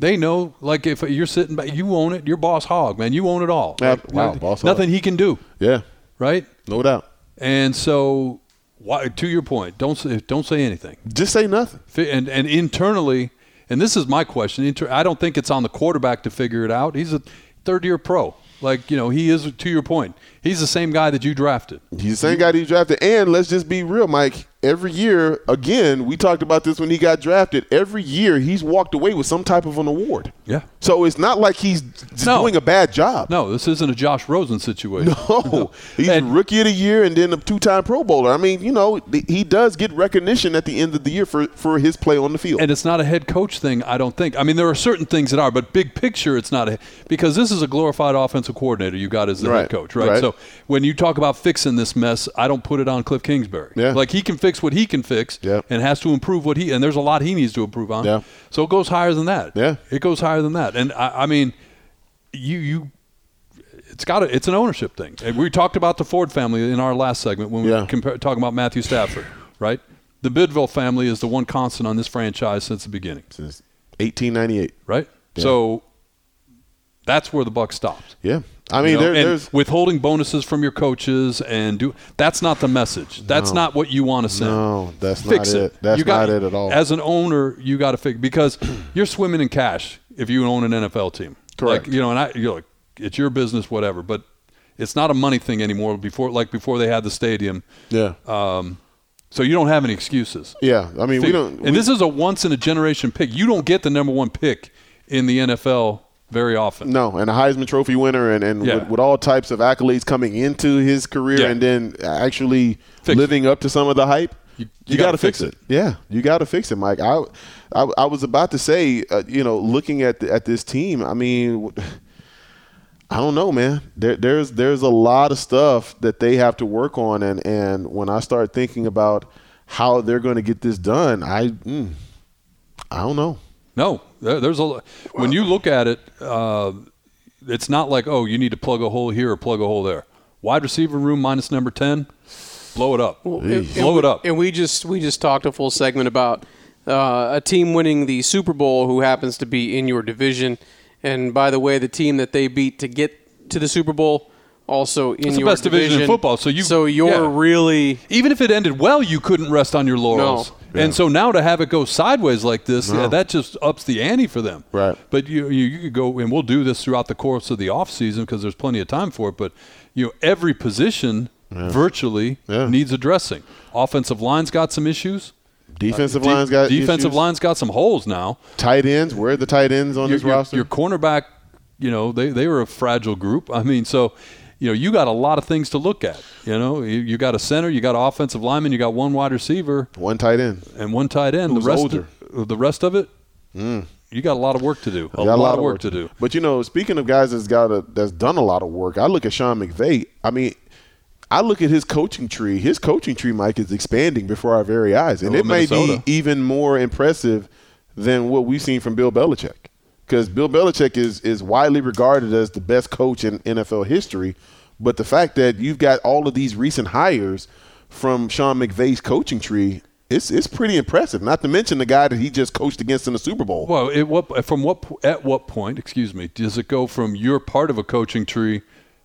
C: They know. Like if you're sitting back, you own it. You're boss hog, man. You own it all.
D: Yeah,
C: Like,
D: wow,
C: nothing-
D: boss hog.
C: nothing he can do,
D: yeah
C: right?
D: no doubt
C: And so, why, to your point, don't say, don't say anything.
D: just say nothing
C: Fi- and and internally, and this is my question. Inter- I don't think it's on the quarterback to figure it out. He's a third year pro. Like you know, he is to your point. He's the same guy that you drafted.
D: He's the same guy that you drafted. And let's just be real, Mike. Every year, again, we talked about this when he got drafted. Every year, he's walked away with some type of an award.
C: Yeah.
D: So it's not like he's just
C: No.
D: doing a bad job.
C: No, this isn't a Josh Rosen situation.
D: No, he's
C: And-
D: rookie of the year and then a two-time Pro Bowler. I mean, you know, th- he does get recognition at the end of the year for, for his play on the field.
C: And it's not a head coach thing, I don't think. I mean, there are certain things that are, but big picture, it's not a because this is a glorified offensive coordinator you got as the
D: Right,
C: head coach, right?
D: right.
C: So when you talk about fixing this mess, I don't put it on Cliff Kingsbury.
D: Yeah.
C: Like he can fix what he can fix,
D: Yeah.
C: and has to improve what he and there's a lot he needs to improve on.
D: Yeah.
C: So it goes higher than that.
D: Yeah.
C: it goes higher than that. And I, I mean, you you. It's got to, it's an ownership thing. And we talked about the Ford family in our last segment when we
D: Yeah.
C: compared compare, talking about Matthew Stafford, right? The Bidville family is the one constant on this franchise since the beginning,
D: Since 1898.
C: right? So that's where the buck stops.
D: Yeah. I
C: You
D: mean,
C: know,
D: there,
C: and
D: there's
C: withholding bonuses from your coaches and do that's not the message. That's not what you want to send.
D: No, that's
C: Fix
D: not it. That's
C: You got-
D: not it at all.
C: As an owner, you got to fix because you're swimming in cash if you own an NFL team.
D: Correct.
C: Like, you know, and I, you're like, it's your business, whatever. But it's not a money thing anymore. Before, like before they had the stadium,
D: yeah,
C: so you don't have any excuses.
D: yeah. I mean, we don't.
C: And
D: we-
C: this is a once in a generation pick. You don't get the number one pick in the NFL very often.
D: No, and a Heisman Trophy winner, and, and
C: Yeah.
D: with, with all types of accolades coming into his career,
C: Yeah.
D: and then actually
C: Fix it.
D: living up to some of the hype.
C: You-
D: You,
C: you
D: got
C: gotta
D: to fix
C: fix
D: it. Yeah, you got to fix it, Mike. I, I, I was about to say, uh, you know, looking at the, at this team, I mean, I don't know, man. There, there's there's a lot of stuff that they have to work on, and and when I start thinking about how they're going to get this done, I, mm, I don't know.
C: No, there, there's a lo- when you look at it, uh, it's not like oh you need to plug a hole here or plug a hole there. Wide receiver room minus number ten, blow it up,
E: Well, and-
C: blow
E: and
C: it
E: we-
C: up.
E: And we just we just talked a full segment about uh, a team winning the Super Bowl who happens to be in your division. And by the way, the team that they beat to get to the Super Bowl also in
C: It's the
E: your
C: best division in football, so you-
E: so you're
C: yeah.
E: really
C: Even if it ended well, you couldn't rest on your laurels.
D: Yeah.
C: And so now to have it go sideways like this, yeah, that just ups the ante for them.
D: Right.
C: But you, you you could go and we'll do this throughout the course of the offseason because there's plenty of time for it. But you know every position virtually
D: Yeah.
C: needs addressing. Offensive line's got some issues.
D: Defensive
C: Uh, De-
D: lines got
C: defensive
D: issues.
C: line's got some holes now.
D: Tight ends, where are the tight ends on
C: Your,
D: this
C: your-
D: roster?
C: your cornerback, you know, they, they were a fragile group. I mean, so, you know, you got a lot of things to look at. You know, you, you got a center, you got an offensive lineman, you got one wide receiver
D: One tight end.
C: and one tight end.
D: Who's
C: the rest
D: older?
C: Of, the rest of it, you got a lot of work to do. Hmm. A,
D: Got
C: lot, of work to do.
D: But you know, speaking of guys that's got a, that's done a lot of work, I look at Sean McVay. I mean, I look at his coaching tree. His coaching tree, Mike, is expanding before our very eyes, and
C: Oh,
D: it may
C: Minnesota.
D: be even more impressive than what we've seen from Bill Belichick. Because Bill Belichick is is widely regarded as the best coach in NFL history, but the fact that you've got all of these recent hires from Sean McVay's coaching tree, it's it's pretty impressive. Not to mention the guy that he just coached against in the Super Bowl.
C: Well, it, what, from what po- at what point? Excuse me. Does it go from your part of a coaching tree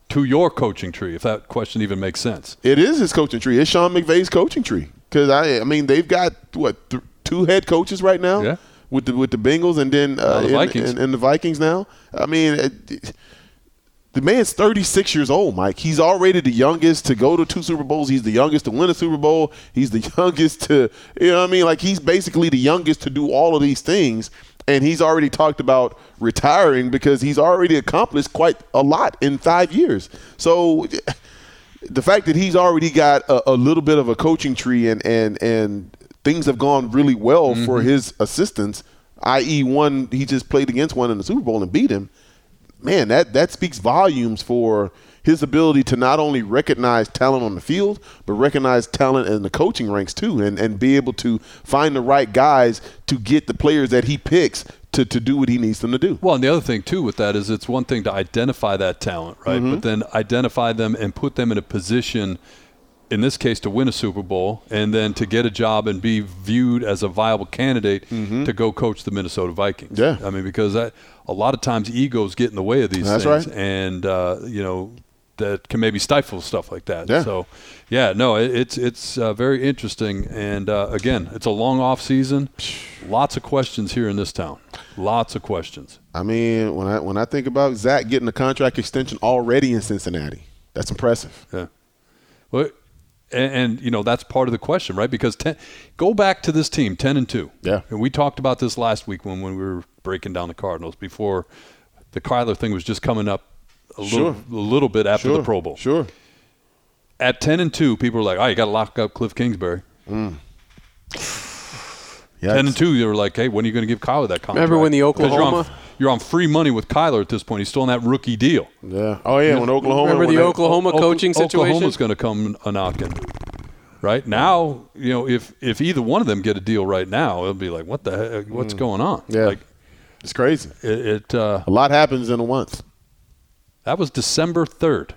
C: to your coaching tree? If that question even makes sense.
D: It is his coaching tree. It's Sean McVay's coaching tree. Because I, I mean, they've got what th- two head coaches right now.
C: Yeah.
D: With the with the Bengals and then uh,
C: Now the
D: and-
C: Vikings.
D: And, and the Vikings now. I mean, it, The man's 36 years old, Mike. He's already the youngest to go to two Super Bowls. He's the youngest to win a Super Bowl. He's the youngest to, you know what I mean? Like, he's basically the youngest to do all of these things. And he's already talked about retiring because he's already accomplished quite a lot in five years. So the fact that he's already got a, a little bit of a coaching tree and, and, and things have gone really well for his assistants, i.e., one, he just played against one in the Super Bowl and beat him man, that that speaks volumes for his ability to not only recognize talent on the field, but recognize talent in the coaching ranks too, and, and be able to find the right guys to get the players that he picks to, to do what he needs them to do.
C: Well, and the other thing too with that is it's one thing to identify that talent, right?
D: Mm-hmm.
C: But then identify them and put them in a position, in this case, to win a Super Bowl, and then to get a job and be viewed as a viable candidate to go coach the Minnesota Vikings.
D: Mm-hmm. Yeah.
C: I mean because that, a lot of times egos get in the way of these
D: That's
C: things,
D: right.
C: and uh, you know that can maybe stifle stuff like that.
D: Yeah.
C: So, yeah, no, it, it's it's uh, very interesting, and uh, again, it's a long off season. Lots of questions here in this town. Lots of questions.
D: I mean, when I when I think about Zach getting a contract extension already in Cincinnati, that's impressive.
C: Yeah. Well, and, and you know that's part of the question, right? Because ten, go back to this team, ten and two.
D: Yeah.
C: And we talked about this last week when when we were breaking down the Cardinals before the Kyler thing was just coming up a
D: Sure.
C: little a little bit after the Pro Bowl.
D: Sure.
C: At ten and two, people were like, "Oh, you got to lock up Cliff Kingsbury."
D: Yeah.
C: Ten and two, they were like, "Hey, when are you going to give Kyler that contract?"
E: Remember when the
C: 'Cause you're on-
E: Oklahoma-
C: You're on free money with Kyler at this point. He's still on that rookie deal.
D: Yeah. Oh yeah. When Oklahoma.
E: Remember
D: when
E: the
D: they-
E: Oklahoma
C: Oka-
E: coaching situation?
C: Oklahoma's going to come a knocking. Right now, you know, if if either one of them get a deal right now, it'll be like, what the heck? What's going on?
D: Mm. Yeah.
C: Like,
D: It's crazy.
C: it, it uh,
D: A lot happens in a month.
C: that was December third.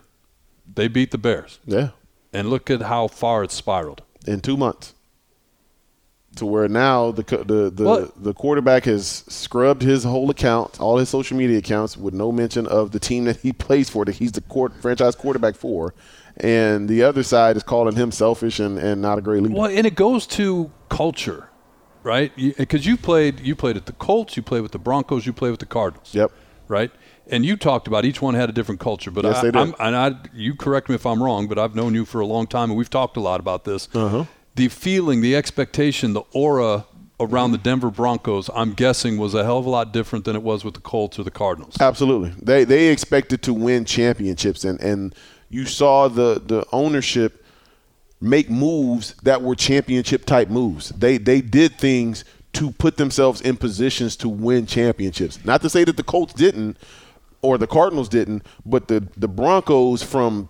C: They beat the Bears,
D: Yeah.
C: and look at how far it spiraled.
D: in two months. To where now the co- the the,
C: What?
D: the quarterback has scrubbed his whole account, all his social media accounts, with no mention of the team that he plays for, that he's the court, franchise quarterback for, and the other side is calling him selfish and, and not a great leader.
C: Well, and it goes to culture, right? Because you, played, you played at the Colts, you played with the Broncos, you played with the Cardinals.
D: Yep.
C: Right. And you talked about each one had a different culture, but
D: Yes,
C: I,
D: they did.
C: I'm, and I, you correct me if I'm wrong, but I've known you for a long time, and we've talked a lot about this. Uh-huh. The feeling, the expectation, the aura around the Denver Broncos, I'm guessing, was a hell of a lot different than it was with the Colts or the Cardinals.
D: Absolutely. They they expected to win championships and, and you saw the, the ownership make moves that were championship type moves. They they did things to put themselves in positions to win championships. Not to say that the Colts didn't or the Cardinals didn't, but the, the Broncos from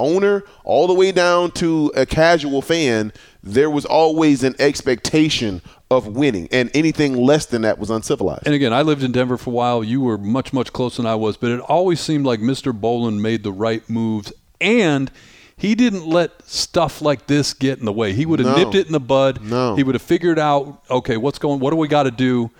D: owner all the way down to a casual fan, there was always an expectation of winning and anything less than that was uncivilized.
C: And again, I lived in Denver for a while. You were much, much closer than I was, but it always seemed like Mr. Boland made the right moves and he didn't let stuff like this get in the way. He would have
D: No.
C: nipped it in the bud.
D: No.
C: He would have figured out, okay, what's going what do we gotta do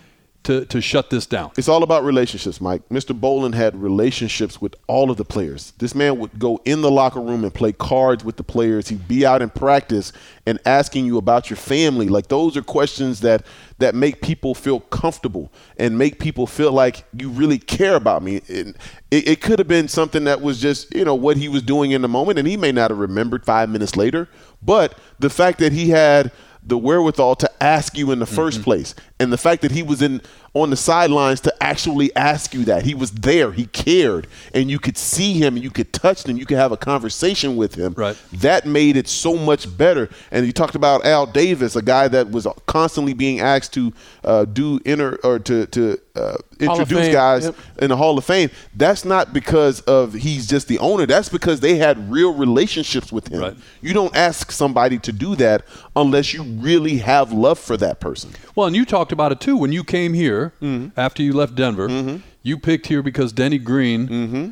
C: to, to shut this down?
D: It's all about relationships, Mike. Mr. Boland had relationships with all of the players. This man would go in the locker room and play cards with the players. He'd be out in practice and asking you about your family. Like those are questions that that make people feel comfortable and make people feel like you really care about me. And it, it could have been something that was just you know what he was doing in the moment, and he may not have remembered five minutes later. But the fact that he had the wherewithal to ask you in
E: Mm-hmm.
D: the 1st place. And the fact that he was in on the sidelines to actually ask you that. He was there, he cared, and you could see him, you could touch him, you could have a conversation with him.
C: Right.
D: That made it so much better. And you talked about Al Davis, a guy that was constantly being asked to uh, do inter or to to uh,
E: of
D: introduce
E: Fame,
D: guys
E: yep.
D: in the Hall of Fame. That's not because of he's just the owner. That's because they had real relationships with him.
C: Right.
D: You don't ask somebody to do that unless you really have love for that person.
C: Well, and you talked about it too when you came here
D: Mm-hmm.
C: after you left Denver. You picked here because Denny Green
D: Mm-hmm.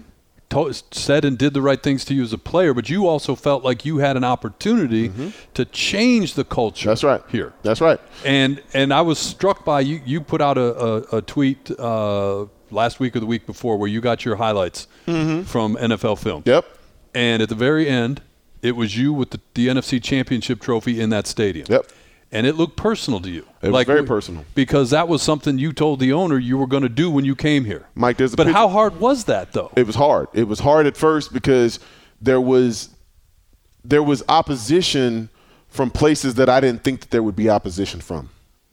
C: to- said and did the right things to you as a player, but you also felt like you had an opportunity to change the culture.
D: Mm-hmm. That's right.
C: Here,
D: That's right.
C: and and I was struck by you. You put out a a, a tweet uh, last week or the week before where you got your highlights from NFL film.
D: Mm-hmm. Yep.
C: And at the very end, it was you with the, the NFC Championship trophy in that stadium.
D: Yep.
C: and it looked personal to you.
D: It was very personal.
C: because that was something you told the owner you were going to do when you came here.
D: Mike, there's a
C: but
D: picture-
C: how hard was that though?
D: it was hard. It was hard at first because there was there was opposition from places that I didn't think that there would be opposition from,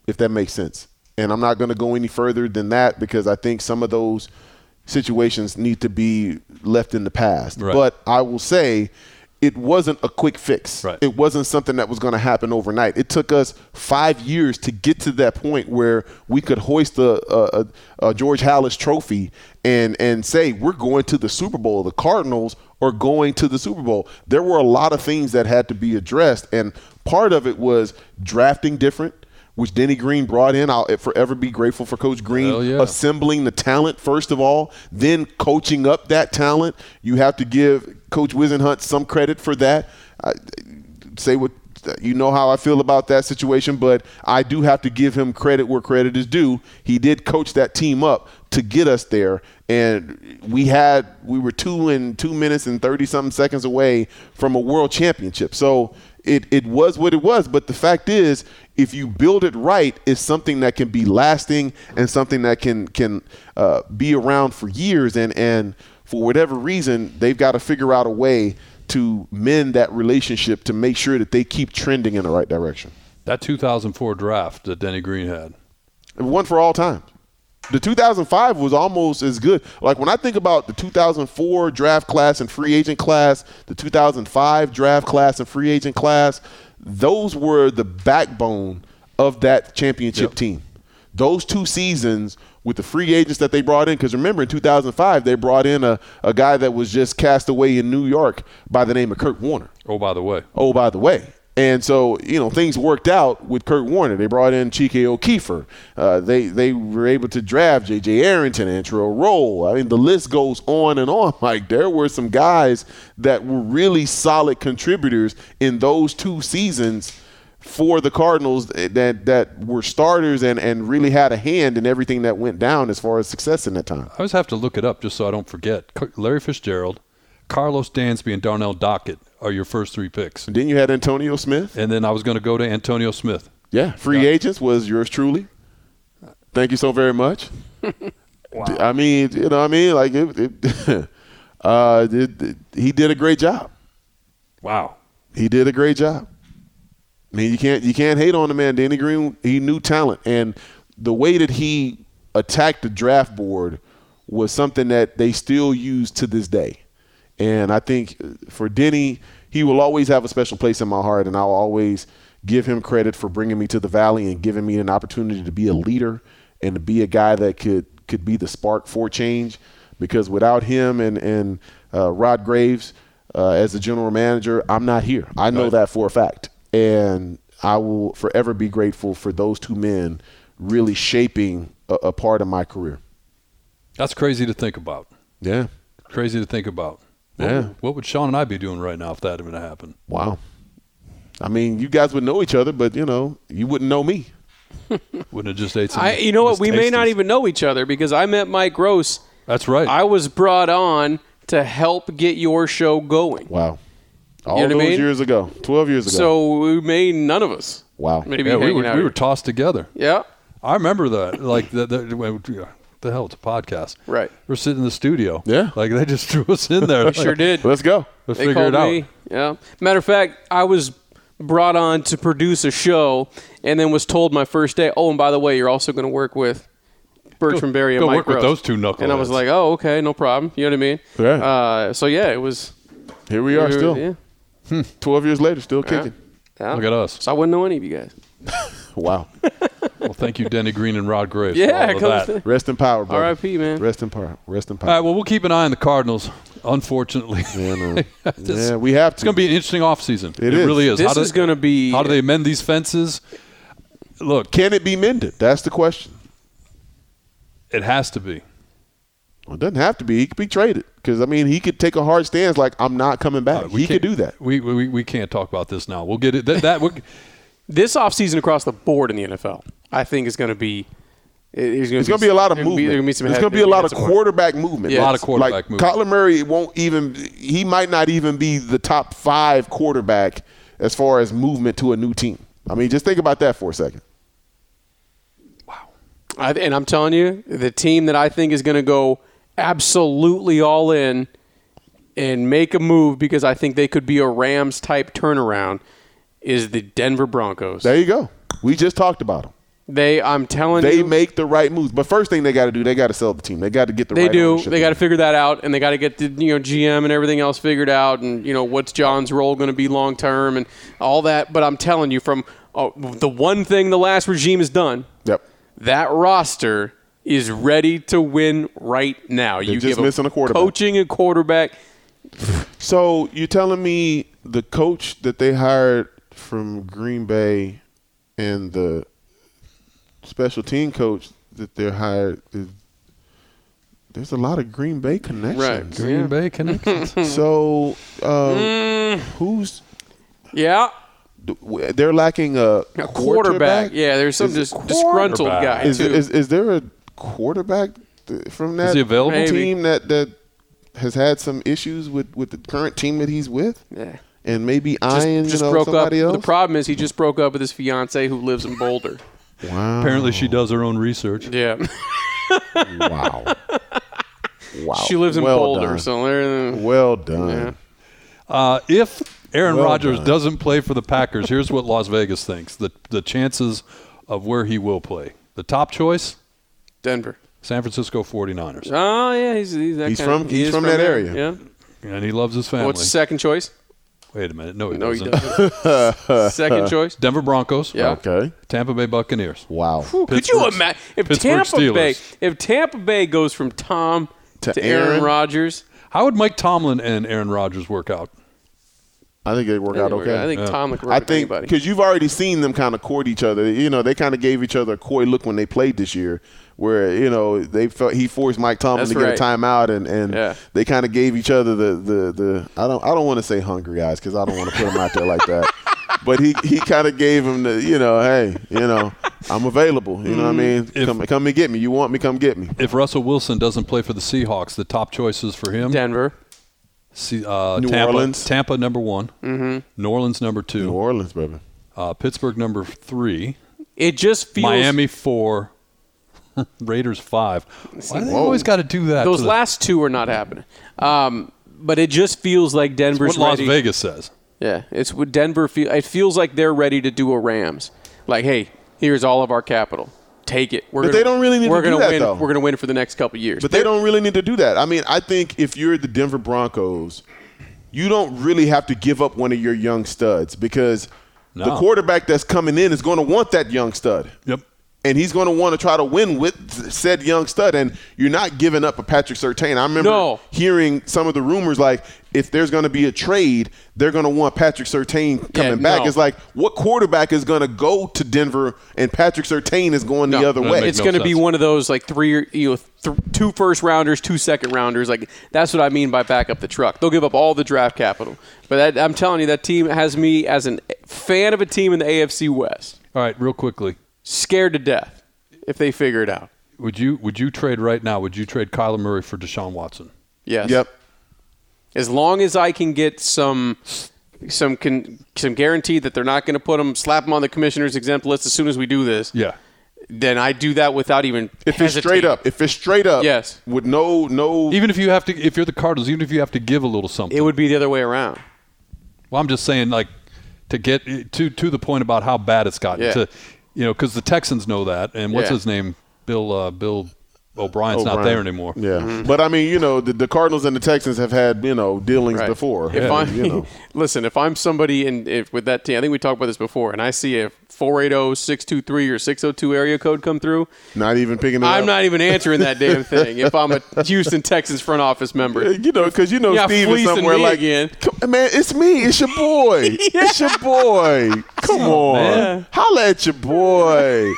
D: if that makes sense. And I'm not going to go any further than that because I think some of those situations need to be left in the past.
C: Right.
D: But I will say it wasn't a quick fix.
C: Right.
D: It wasn't something that was going to happen overnight. It took us five years to get to that point where we could hoist a, a, a, a George Hallis trophy and and say we're going to the Super Bowl. The Cardinals are going to the Super Bowl. There were a lot of things that had to be addressed, and part of it was drafting different. Which Denny Green brought in. I'll forever be grateful for Coach
C: Hell
D: Green
C: yeah.
D: assembling the talent first of all, then coaching up that talent. You have to give Coach Wisenhunt some credit for that. I, say what you know how I feel about that situation, but I do have to give him credit where credit is due. He did coach that team up to get us there, and we had we were two and two minutes and thirty something seconds away from a world championship. So it it was what it was. But the fact is, if you build it right, it's something that can be lasting and something that can can uh, be around for years. And and for whatever reason, they've got to figure out a way to mend that relationship to make sure that they keep trending in the right direction.
C: That 2004 draft that Denny Green had.
D: One for all time. The 2005 was almost as good. Like when I think about the 2004 draft class and free agent class, the 2005 draft class and free agent class, those were the backbone of that championship
C: Yep.
D: team. Those two seasons with the free agents that they brought in, because remember in 2005, they brought in a, a guy that was just cast away in New York by the name of Kurt Warner
C: Oh, by the way,
D: oh, by the way. And so, you know, things worked out with Kurt Warner. They brought in Chike O'Keefer. Uh, they they were able to draft J.J. Arrington, Antro Roll. I mean, the list goes on and on. Like, there were some guys that were really solid contributors in those two seasons for the Cardinals eh, that that were starters and, and really had a hand in everything that went down as far as success in that time.
C: I always have to look it up just so I don't forget. Car- Larry Fitzgerald, Carlos Dansby, and Darnell Dockett are your first three picks.
D: Then you had Antonio Smith.
C: And then I was going to go to Antonio Smith.
D: Yeah, free agents was yours truly. Thank you so very much. I mean, you know, what I mean, like it, it, uh, it, it- he did a great job.
C: Wow.
D: He did a great job. I mean, you can't you can't hate on the man. Danny Green, he knew talent, and the way that he attacked the draft board was something that they still use to this day. And I think uh, for Denny, he will always have a special place in my heart, and I'll always give him credit for bringing me to the valley and giving me an opportunity to be a leader and to be a guy that could could be the spark for change. Because without him and and uh, Rod Graves uh, as the general manager, I'm not here. I know that for a fact, and I will forever be grateful for those two men really shaping a, a part of my career.
C: That's crazy to think about.
D: Yeah.
C: Crazy to think about. What
D: Yeah.
C: would- What would Sean and I be doing right now if that had been to happen?
D: Wow. I mean, you guys would know each other, but you know, you wouldn't know me.
C: Wouldn't have just ate some.
E: I, you know what? We may not
C: Tasties.
E: even know each other because I met Mike Gross.
C: That's right.
E: I was brought on to help get your show going.
D: Wow. All
E: know what I
D: those
E: mean?
D: years ago, twelve years ago.
E: So we may none of us.
D: wow.
E: Maybe
C: yeah, we
E: hanging
C: were,
E: out
C: we
E: here.
C: were tossed together.
E: yeah.
C: I remember that. Like the the, when- the hell, it's a podcast.
E: Right.
C: We're sitting in the studio.
D: Yeah.
C: Like they just threw us in there.
E: We sure did.
D: Let's go.
C: Let's
E: They
C: figure
E: called
C: it out.
E: me. Yeah. Matter of fact, I was brought on to produce a show, and then was told my first day. Oh, and by the way, you're also going to work with Bertram Berry and
C: go
E: Mike
C: work with
E: Gross."
C: those two
E: And I was
C: knuckleheads.
E: like, oh, okay, no problem. You know what I mean?
D: Yeah.
E: Uh, so yeah, it was.
D: Here we are,
E: it was-
D: still
E: Yeah.
D: twelve years later, still kicking.
E: Yeah.
C: Look at us.
E: So I wouldn't know any of you guys.
D: Wow.
C: Well, thank you, Denny Green and Rod Graves. for
E: Yeah,
C: all of that.
E: because
D: Rest in power, brother.
E: R.I.P., man.
D: Rest in power. Rest in
C: All right,
D: power.
C: well, we'll keep an eye on the Cardinals, unfortunately.
D: Yeah, no.
C: This-
D: yeah, we have to.
C: It's going to be an interesting offseason.
D: It
C: It,
D: is.
C: really is.
E: This
C: How do-
E: is gonna be-
C: How do they amend these fences? Look,
D: Can it be mended? That's the question.
C: it has to be.
D: Well, it doesn't have to be. He could be traded because I mean, he could take a hard stance, like I'm not coming back.
C: Uh, We
D: he could do
C: can't-
D: that.
C: We, we we can't talk about this now. We'll get it. That, that we're-
E: this offseason across the board in the NFL, I think is going to be. It's going
D: It's going to be a lot of
E: there's gonna
D: movement.
E: Be, there's going to be some
D: There's
E: head-
D: gonna be a lot of
E: some more.
D: quarterback movement.
E: Yeah. A lot
C: of quarterback
D: like,
C: movement.
D: Kyler Murray won't even. He might not even be the top five quarterback as far as movement to a new team. I mean, just think about that for a second.
E: I, and I'm telling you, the team that I think is going to go absolutely all in and make a move because I think they could be a Rams type turnaround is the Denver Broncos.
D: There you go. We just talked about them.
E: They, I'm telling
D: They
E: you,
D: make the right moves, but first thing they got to do, they got to sell the team. They got to get the.
E: they
D: right
E: do.
D: ownership.
E: They got to figure that out, and they got to get the you know GM and everything else figured out, and you know what's John's role going to be long term and all that. But I'm telling you, from uh, the one thing the last regime has done,
D: Yep.
E: that roster is ready to win right now. you
D: just
E: give 'em
D: missing a quarterback.
E: coaching a quarterback.
D: So you're telling me the coach that they hired from Green Bay and the special team coach that they're hired is there's a lot of Green Bay connections.
C: Green Bay connections.
D: So uh,
E: Mm.
D: who's
E: Yeah,
D: they're lacking a,
E: a quarterback. Yeah, there's some
D: Is
E: just
D: it
E: disgruntled guy
D: Is,
E: too.
D: is, is there a quarterback th- from that
C: he available?
E: Maybe.
D: team that, that has had some issues with, with the current team that he's with?
E: Yeah.
D: And maybe
E: just
D: eyeing
E: just
D: you know,
E: broke up.
D: somebody else?
E: The problem is he just broke up with his fiancee who lives in Boulder.
D: wow.
C: Apparently, she does her own research.
E: yeah,
D: Wow. wow.
E: she lives in
D: Oh, well
E: Boulder,
D: Done.
E: so there-
D: Well done.
C: Uh, if Aaron
D: Well
C: Rodgers
D: done.
C: doesn't play for the Packers, here's what Las Vegas thinks: the the chances of where he will play. The top choice:
E: Denver.
C: San Francisco 49ers,
E: Oh yeah, he's he's, that
D: He's
E: kind of-
D: from-
E: he
D: he's
E: is
D: from that
E: there.
D: area.
E: Yeah.
C: and he loves his family.
E: What's the second choice?
C: Wait a minute, no, he
E: No, he
C: doesn't.
E: doesn't. second choice.
C: Denver Broncos, Oh,
E: Yeah.
D: Okay.
C: Tampa Bay Buccaneers.
D: Wow.
E: Ooh, could you
C: Pittsburgh's-
E: imagine if
C: Pittsburgh
E: Tampa Bay
C: Steelers.
E: if Tampa Bay goes from Tom to,
D: To
E: Aaron
D: Aaron?
E: Rodgers?
C: How would Mike Tomlin and Aaron Rodgers work out?
D: I think they work
E: I
D: out
E: think,
D: okay.
E: I think Tom would
D: I
E: work with
D: think
E: anybody.
D: because you've already seen them kind of court each other. You know, they kind of gave each other a coy look when they played this year, where you know they felt he forced Mike Tomlin
E: That's
D: to get
E: right.
D: a timeout, and and
E: Yeah.
D: they kind of gave each other the the the. I don't I don't want to say hungry eyes because I don't want to put him out there like that. But he, he kind of gave him the you know hey you know I'm available you know
E: Mm.
D: what I mean
C: If-
D: come come and get me you want me come get me
C: If Russell Wilson doesn't play for the Seahawks, the top choices for him:
E: Denver.
C: Se- uh,
D: New
C: Tampa,
D: Orleans.
C: Tampa number one,
E: Mm-hmm.
C: New Orleans number
D: New
C: two,
D: Orleans baby
C: uh, Pittsburgh number three,
E: It just feels
C: Miami four, Raiders five. Why do they always got to do that?
E: Those
C: to the-
E: last two are not happening. Um, but it just feels like Denver's
C: what Las
E: ready.
C: Vegas says.
E: Yeah, it's what Denver feel. It feels like they're ready to do a Rams. Like, hey, here's all of our capital. Take it. We're
D: But
E: gonna,
D: they don't really need to
E: we're
D: do
E: gonna
D: that,
E: win.
D: though.
E: We're gonna win for the next couple years.
D: But they don't really need to do that. I mean, I think if you're the Denver Broncos, you don't really have to give up one of your young studs because the
C: No.
D: quarterback that's coming in is going to want that young stud.
C: Yep.
D: And he's going to want to try to win with said young stud. And you're not giving up a Patrick Sertain. I remember
E: No.
D: hearing some of the rumors like, if there's going to be a trade, they're going to want Patrick Sertain coming back.
E: no.
D: It's like, what quarterback is going to go to Denver and Patrick Sertain is going the other
C: that
D: way?
C: makes
E: It's
C: no
E: going to be
C: sense.
E: one of those like three, you know, th- two first rounders, two second rounders. Like that's what I mean by back up the truck. They'll give up all the draft capital. But that, I'm telling you, that team has me as an fan of a team in the AFC West
C: All right, real quickly.
E: scared to death if they figure it out.
C: Would you would you trade right now? Would you trade Kyler Murray for Deshaun Watson?
E: Yes.
D: Yep.
E: As long as I can get some. Some can some guarantee that they're not going to put them slap them on the commissioner's exempt list as soon as we do this.
C: Yeah.
E: Then I do that without even
D: If it's straight
E: hesitating.
D: up, if it's straight up,
E: Yes.
D: with no no
C: Even if you have to, if you're the Cardinals, even if you have to give a little something.
E: It would be the other way around.
C: well, I'm just saying, like, to get to to the point about how bad it's gotten.
E: Yeah.
C: To, you know, because the Texans know that, and what's
E: Yeah.
C: his name, Bill uh, Bill O'Brien's not
D: O'Brien.
C: there anymore.
D: Oh, Yeah, but I mean, you know, the, the Cardinals and the Texans have had you know dealings
E: Right.
D: before.
E: If
D: I mean,
E: I'm,
D: you know,
E: listen, if I'm somebody in if with that team, I think we talked about this before, and I see a oh, 480, 623, or 602 area code come through,
D: not even picking. It
E: I'm
D: up.
E: not even answering that damn thing if I'm a Houston Texans front office member.
D: Uh, You know, because you know
E: Yeah,
D: Steve is
E: fleecing
D: somewhere
E: me
D: like,
E: again.
D: "Come- man, it's me, it's your boy, it's your boy. Come on, holla at your boy.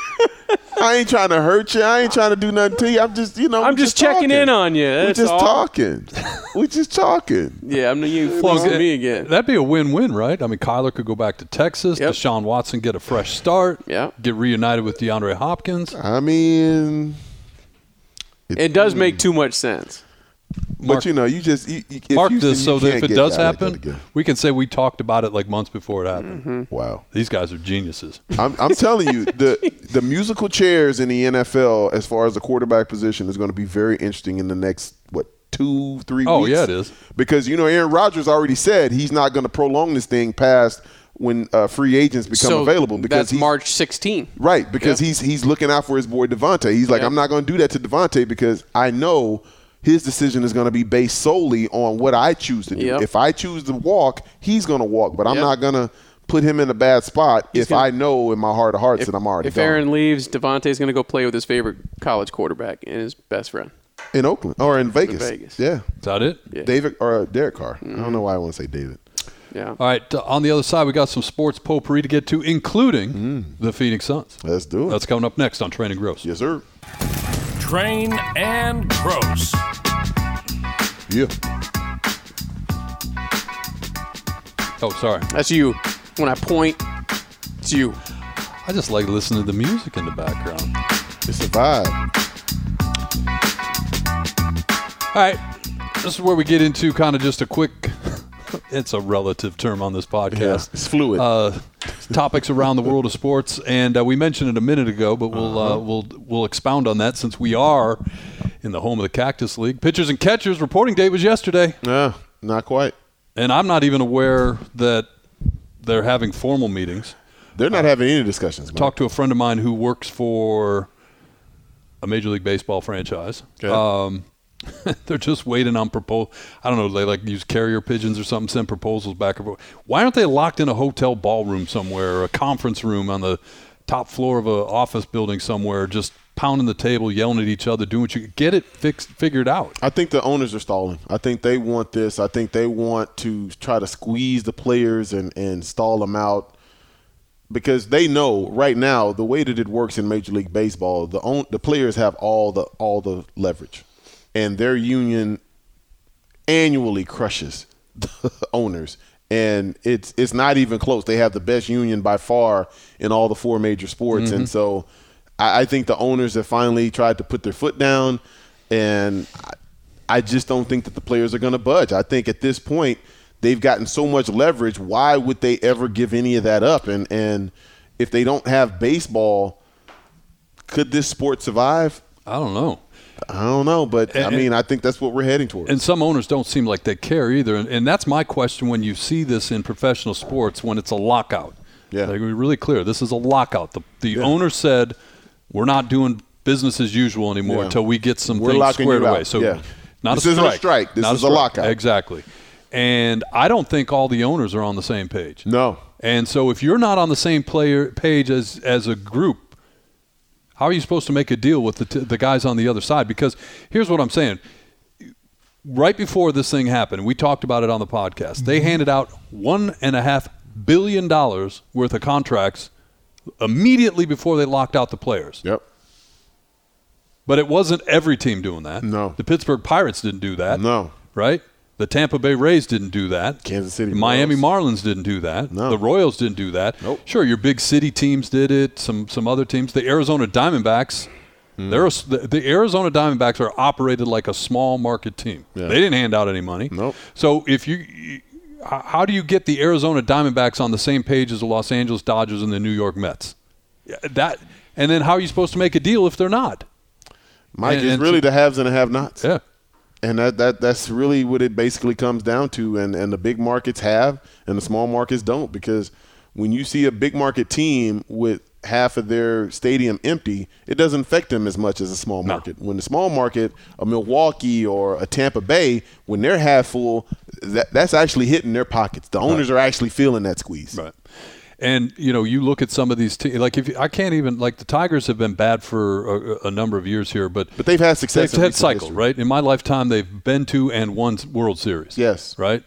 D: I ain't trying to hurt you. I ain't trying to do nothing to you. I'm just, you know,
E: I'm
D: we
E: just checking
D: talking.
E: in on you.
D: We're
E: That's
D: just
E: all.
D: talking. We're just talking.
E: Yeah, I'm you fleecing me again.
C: That'd be a win-win, right? I mean, Kyler could go back to Texas.
E: Yep.
C: Deshaun Watson get a fresh start.
E: Yeah.
C: Get reunited with DeAndre Hopkins.
D: I mean,
E: it does make too much sense.
C: Mark-
D: but you know, you just you, you, if
C: Mark
D: you,
C: this
D: you
C: so that
D: can't
C: if it
D: get
C: does
D: guy like that
C: happen,
D: again.
C: we can say we talked about it like months before it happened.
E: Mm-hmm.
D: wow.
C: These guys are geniuses.
D: I'm, I'm telling you, the the musical chairs in the NFL, as far as the quarterback position, is going to be very interesting in the next what two three.
C: Oh,
D: weeks.
C: yeah, it is.
D: because you know Aaron Rodgers already said he's not going to prolong this thing past when uh, free agents become
E: so
D: available because
E: that's
D: he's,
E: March 16.
D: Right, because he's he's looking out for his boy Devontae. He's like,
E: Yeah.
D: I'm not going to do that to Devontae because I know his decision is going to be based solely on what I choose to do.
E: Yep.
D: If I choose to walk, he's going to walk, but I'm
E: Yep.
D: not going to put him in a bad spot if
E: gonna-
D: I know in my heart of hearts that I'm already
E: If
D: gone.
E: Aaron leaves, Devontae's going to go play with his favorite college quarterback and his best friend.
D: in Oakland or in Vegas.
E: Vegas.
D: Yeah.
C: Is that it?
E: Yeah. Mm-hmm.
D: David or uh, Derek Carr. I don't know why I want to say David.
E: Yeah.
C: All right. uh, on the other side, we got some sports potpourri to get to, including
D: Mm.
C: the Phoenix Suns.
D: Let's do it.
C: That's coming up next on Training Gross.
D: yes, sir.
A: Train and gross.
D: Yeah.
C: Oh, sorry.
E: That's you. When I point, it's you.
C: I just like listening to the music in the background.
D: It's a vibe.
C: All right. This is where we get into kind of just a quick, it's a relative term on this podcast.
D: It's fluid.
C: uh, topics around the world of sports, and uh, we mentioned it a minute ago, but we'll uh, we'll we'll expound on that since we are in the home of the Cactus League. Pitchers and catchers reporting date was yesterday,
D: nah, not quite.
C: and I'm not even aware that they're having formal meetings.
D: They're
C: uh,
D: not having any discussions. Mike.
C: Talked to a friend of mine who works for a Major League Baseball franchise.
D: Okay.
C: Um, they're just waiting on proposal. I don't know. They like use carrier pigeons or something, send proposals back and forth. Why aren't they locked in a hotel ballroom somewhere or a conference room on the top floor of a office building somewhere, just pounding the table, yelling at each other, doing what you get it fixed, figured out.
D: I think the owners are stalling. I think they want this. I think they want to try to squeeze the players and, and stall them out because they know right now the way that it works in Major League Baseball, the own, the players have all the all the leverage, and their union annually crushes the owners, and it's it's not even close. They have the best union by far in all the four major sports, and so I, I think the owners have finally tried to put their foot down, and I, I just don't think that the players are going to budge. I think at this point they've gotten so much leverage. Why would they ever give any of that up? And and if they don't have baseball, could this sport survive?
C: I don't know.
D: I don't know, but I
C: And-
D: mean, I think that's what we're heading towards.
C: And some owners don't seem like they care either. And, and that's my question when you see this in professional sports when it's a lockout.
D: Yeah.
C: Like, we're really clear. This is a lockout. The, the owner said, we're not doing business as usual anymore
D: Yeah.
C: until we get some
D: We're
C: things
D: locking
C: squared
D: you
C: away.
D: out.
C: So,
D: Yeah.
C: not
D: This
C: a
D: isn't a
C: strike.
D: strike. This
C: Not
D: is a lockout.
C: Exactly. And I don't think all the owners are on the same page.
D: No.
C: And so if you're not on the same player page as as a group, how are you supposed to make a deal with the t- the guys on the other side? Because here's what I'm saying. Right before this thing happened, we talked about it on the podcast. They
D: Mm-hmm.
C: handed out one and a half billion dollars worth of contracts immediately before they locked out the players.
D: Yep.
C: But it wasn't every team doing that.
D: No.
C: The Pittsburgh Pirates didn't do that.
D: No.
C: Right? The Tampa Bay Rays didn't do that.
D: Kansas City
C: The Miami Marlins didn't do that.
D: No.
C: The Royals didn't do that.
D: Nope.
C: Sure, your big city teams did it. Some some other teams. The Arizona Diamondbacks.
D: Hmm.
C: They're a s- the, the Arizona Diamondbacks are operated like a small market team.
D: Yeah.
C: They didn't hand out any money.
D: Nope.
C: So if you, you- h- how do you get the Arizona Diamondbacks on the same page as the Los Angeles Dodgers and the New York Mets? Yeah, That and then how are you supposed to make a deal if they're not?
D: Mike
C: And-
D: is
C: and
D: really
C: so-
D: the haves and the have-nots.
C: Yeah.
D: And that, that that's really what it basically comes down to. And, and the big markets have and the small markets don't. Because when you see a big market team with half of their stadium empty, it doesn't affect them as much as a small market. When the small market, a Milwaukee or a Tampa Bay, when they're half full, that, that's actually hitting their pockets. The owners are actually feeling that squeeze.
C: Right. And you know, you look at some of these teams. Like if you, I can't even like the Tigers have been bad for a, a number of years here, but
D: But they've had success.
C: they've
D: in
C: had
D: recent
C: cycles,
D: history.
C: right? In my lifetime, they've been to and won World Series.
D: Yes.
C: Right.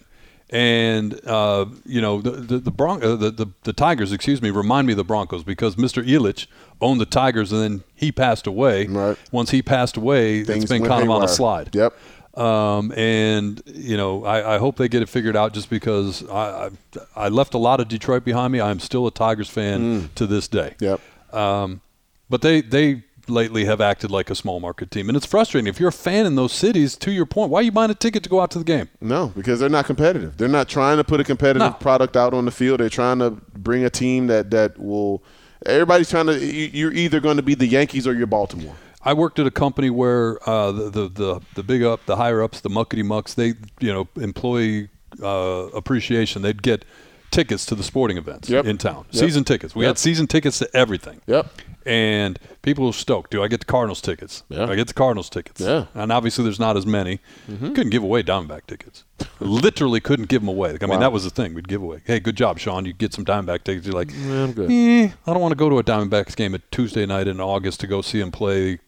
C: And uh, you know the the the, Bron- uh, the the the Tigers, excuse me, remind me of the Broncos because Mr. Ilitch owned the Tigers, and then he passed away.
D: Right.
C: Once he passed away,
D: Things
C: it's been
D: went
C: kind of on a
D: haywire.
C: slide.
D: Yep.
C: Um, and you know, I, I hope they get it figured out. Just because I, I I left a lot of
D: Mm.
C: Detroit behind me, I'm still a Tigers fan to this day.
D: Yep.
C: Um, but they they lately have acted like a small market team, and it's frustrating. If you're a fan in those cities, to your point, why are you buying a ticket to go out to the game?
D: No, because they're not competitive. They're not trying to put a competitive
C: No.
D: product out on the field. They're trying to bring a team that that will. Everybody's trying to. you- You're either going to be the Yankees or you're Baltimore.
C: I worked at a company where uh, the, the the the big up, the higher ups, the muckety mucks, they you know employee uh, appreciation, they'd get tickets to the sporting events
D: Yep.
C: in town,
D: Yep.
C: season tickets. We
D: Yep.
C: had season tickets to everything.
D: Yep.
C: And people were stoked. Do I get the Cardinals tickets?
D: Yeah.
C: Do I get the Cardinals tickets.
D: Yeah. Mm-hmm.
C: And obviously, there's not as many. Couldn't give away Diamondback tickets. Literally couldn't give them away. Like, I mean, that was the thing we'd give away. Hey, good job, Sean. You get some Diamondback tickets. You're like,
D: I'm good.
C: "Eh, I don't want to go to a Diamondbacks game at Tuesday night in August to go see him play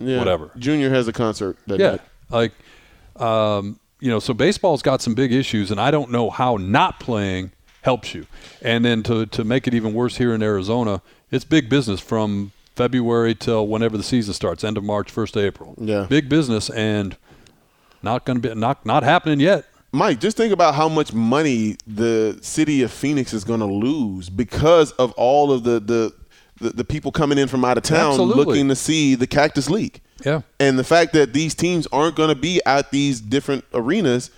D: Yeah.
C: whatever.
D: Junior has a concert. That
C: Yeah.
D: night.
C: Like, um, you know, so baseball's got some big issues, and I don't know how not playing helps you. And then to, to make it even worse here in Arizona, it's big business from February till whenever the season starts, end of March, first of April.
D: Yeah.
C: Big business and not gonna be not not happening yet.
D: Mike, just think about how much money the city of Phoenix is going to lose because of all of the the, the the people coming in from out of town
C: Absolutely.
D: looking to see the Cactus League.
C: Yeah.
D: And the fact that these teams aren't going to be at these different arenas,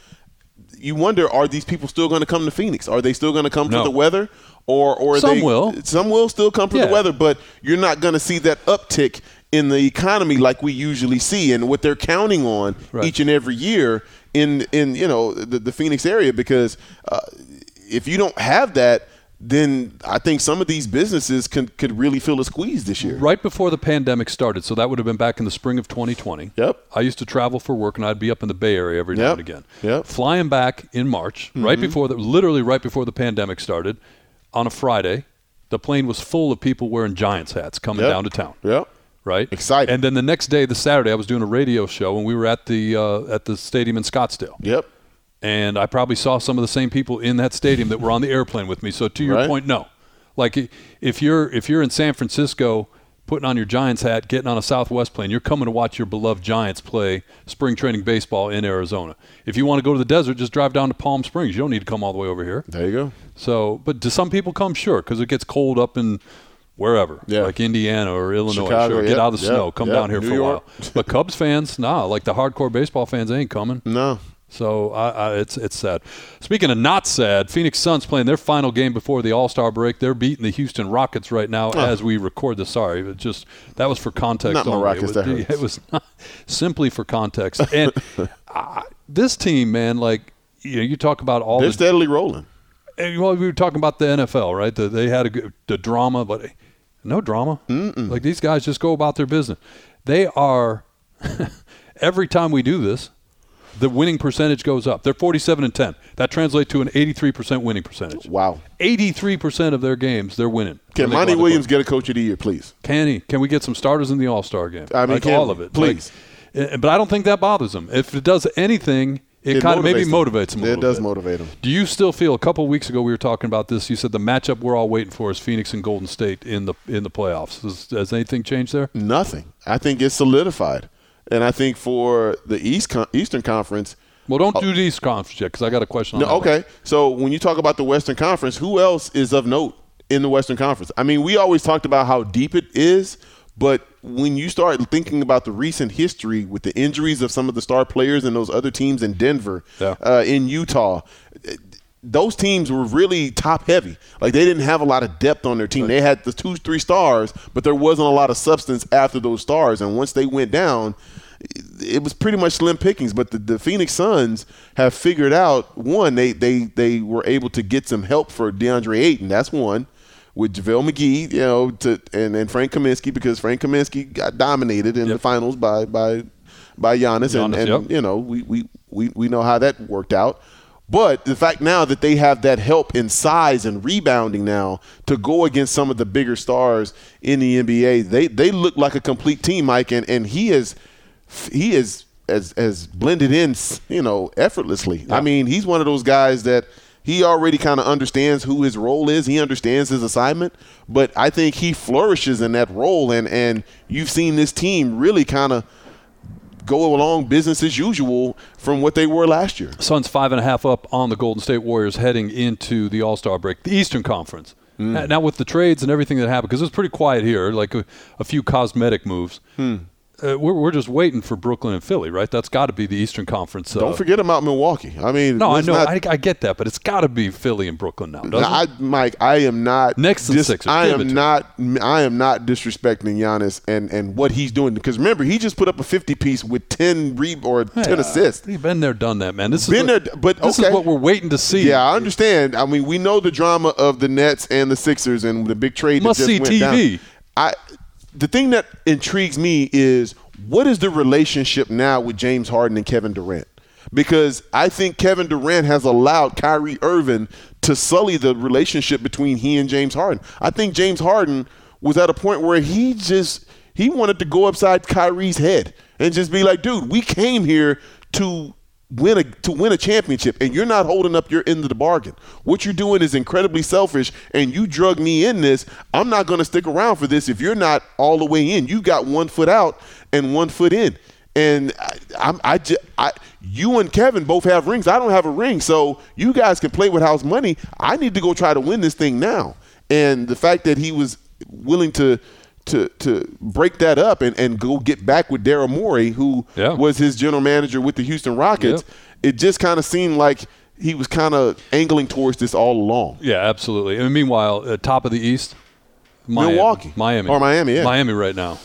D: you wonder: Are these people still going to come to Phoenix? Are they still going to come
C: No.
D: for the weather? Or or
C: Some
D: they,
C: will.
D: Some will still come for
C: Yeah.
D: the weather, but you're not going to see that uptick in the economy like we usually see, and what they're counting on
C: Right.
D: each and every year in in you know the, the Phoenix area because uh, if you don't have that, then I think some of these businesses can, could really feel a squeeze this year.
C: Right before the pandemic started, so that would have been back in the spring of 2020.
D: Yep.
C: I used to travel for work, and I'd be up in the Bay Area every now
D: Yep.
C: and again.
D: Yep. Mm-hmm.
C: Flying back in March, right before the, literally right before the pandemic started, on a Friday, the plane was full of people wearing Giants hats coming
D: Yep.
C: down to town.
D: Yep.
C: Right.
D: Excited.
C: And then the next day, the Saturday, I was doing a radio show, and we were at the uh, at the stadium in Scottsdale.
D: Yep.
C: And I probably saw some of the same people in that stadium that were on the airplane with me. So to your
D: Right.
C: point, no. Like i- if you're if you're in San Francisco putting on your Giants hat, getting on a Southwest plane, you're coming to watch your beloved Giants play spring training baseball in Arizona. If you want to go to the desert, just drive down to Palm Springs. You don't need to come all the way over here.
D: There you go.
C: So, but do some people come? Sure, because it gets cold up in wherever,
D: Yeah.
C: like Indiana or Illinois.
D: Chicago,
C: sure, get
D: yep,
C: out of the
D: yep,
C: snow, come
D: yep,
C: down here
D: New
C: for
D: York.
C: a while. But Cubs fans, nah, like the hardcore baseball fans, they ain't coming.
D: No.
C: So I, I, it's it's sad. Speaking of not sad, Phoenix Suns playing their final game before the All Star break. They're beating the Houston Rockets right now as we record this. Sorry, it just that was for context.
D: Oh. Not my
C: only.
D: Rockets,
C: It was,
D: that hurts.
C: it was not, simply for context. And I, this team, man, like you know, you talk about all
D: They're
C: the
D: steadily rolling.
C: and, well, we were talking about the NFL, right? The, they had a good, the drama, but no drama. Mm-mm. Like these guys just go about their business. They are every time we do this, the winning percentage goes up. They're 47 and 10. That translates to an 83% winning percentage.
D: Wow.
C: 83% of their games they're winning. When
D: Can
C: they go
D: Monty
C: out to
D: Williams
C: play.
D: get a coach of the year, please?
C: Can he? Can we get some starters in the All Star game?
D: I mean,
C: like
D: can
C: all
D: we?
C: of it,
D: Please.
C: Like, eh, but I don't think that bothers them. If it does anything, it,
D: It
C: kind of maybe
D: motivates
C: motivates
D: them.
C: them. A
D: It
C: little
D: does
C: bit.
D: motivate them.
C: Do you still feel a couple weeks ago we were talking about this? You said the matchup we're all waiting for is Phoenix and Golden State in the in the playoffs. Has, has anything changed there?
D: Nothing. I think it's solidified, and I think for the East Con- Eastern Conference.
C: Well, don't do these conference yet because I got a question. on
D: Oh. No,
C: that one.
D: okay. So when you talk about the Western Conference, who else is of note in the Western Conference? I mean, we always talked about how deep it is, but when you start thinking about the recent history with the injuries of some of the star players and those other teams in Denver,
C: Yeah.
D: uh, in Utah, eh, those teams were really top heavy. Like they didn't have a lot of depth on their team. They had the two, three stars, but there wasn't a lot of substance after those stars. And once they went down, it was pretty much slim pickings. But the, the Phoenix Suns have figured out one, they they they were able to get some help for DeAndre Ayton. That's one. With JaVale McGee, you know, to and, and Frank Kaminsky because Frank Kaminsky got dominated in the finals by by by Giannis, and,
C: Giannis,
D: and
C: yep.
D: um, you know we, we we we know how that worked out. But the fact now that they have that help in size and rebounding now to go against some of the bigger stars in the NBA, they they look like a complete team, Mike, and and he is he is as as blended in, you know, effortlessly. I mean, he's one of those guys that he already kind of understands who his role is. He understands his assignment, but I think he flourishes in that role, and and you've seen this team really kind of go along business as usual from what they were last year.
C: Suns five and a half up on the Golden State Warriors heading into the All Star break. The Eastern Conference.
D: Hmm.
C: Now- Now with the trades and everything that happened, because it was pretty quiet here, like a, a few cosmetic moves.
D: Hmm.
C: Uh, we're, we're just waiting for Brooklyn and Philly, right? That's got to be the Eastern Conference. Uh,
D: Don't forget about Milwaukee. I mean,
C: No, I
D: let's
C: know,
D: not-
C: I, I get that, but it's got to be Philly and Brooklyn now.
D: No,
C: Doesn't
D: I,
C: it?
D: Mike, I am not.
C: Next and
D: dis-
C: Sixers.
D: I
C: Give it to
D: am
C: him.
D: not. I am not disrespecting Giannis and and what he's doing because remember he just put up a fifty piece with ten re or ten assists.
C: You've been there, done that, man. This
D: Been
C: is what,
D: there, but
C: this is
D: okay.
C: what we're waiting to see.
D: Yeah, I understand. I mean, we know the drama of the Nets and the Sixers and the big trade
C: Must
D: that just
C: see
D: went
C: TV.
D: down. I the thing that intrigues me is what is the relationship now with James Harden and Kevin Durant? Because I think Kevin Durant has allowed Kyrie Irving to sully the relationship between he and James Harden. I think James Harden was at a point where he just he wanted to go upside Kyrie's head and just be like, dude, we came here to win a to win a championship and you're not holding up your end of the bargain. What you're doing is incredibly selfish and you drug me in this. I'm not going to stick around for this if you're not all the way in. You got one foot out and one foot in. And I, I'm, I, ju- I, you and Kevin both have rings. I don't have a ring, so you guys can play with house money. I need to go try to win this thing now. And the fact that he was willing to to to break that up and, and go get back with Daryl Morey, who
C: Yeah.
D: was was his general manager with the Houston Rockets,
C: Yep.
D: it just kind of seemed like he was kind of angling towards this all along.
C: Yeah, absolutely. And meanwhile, uh, top of the East, Miami,
D: Milwaukee.
C: Miami,
D: Or Miami, yeah.
C: Miami right now.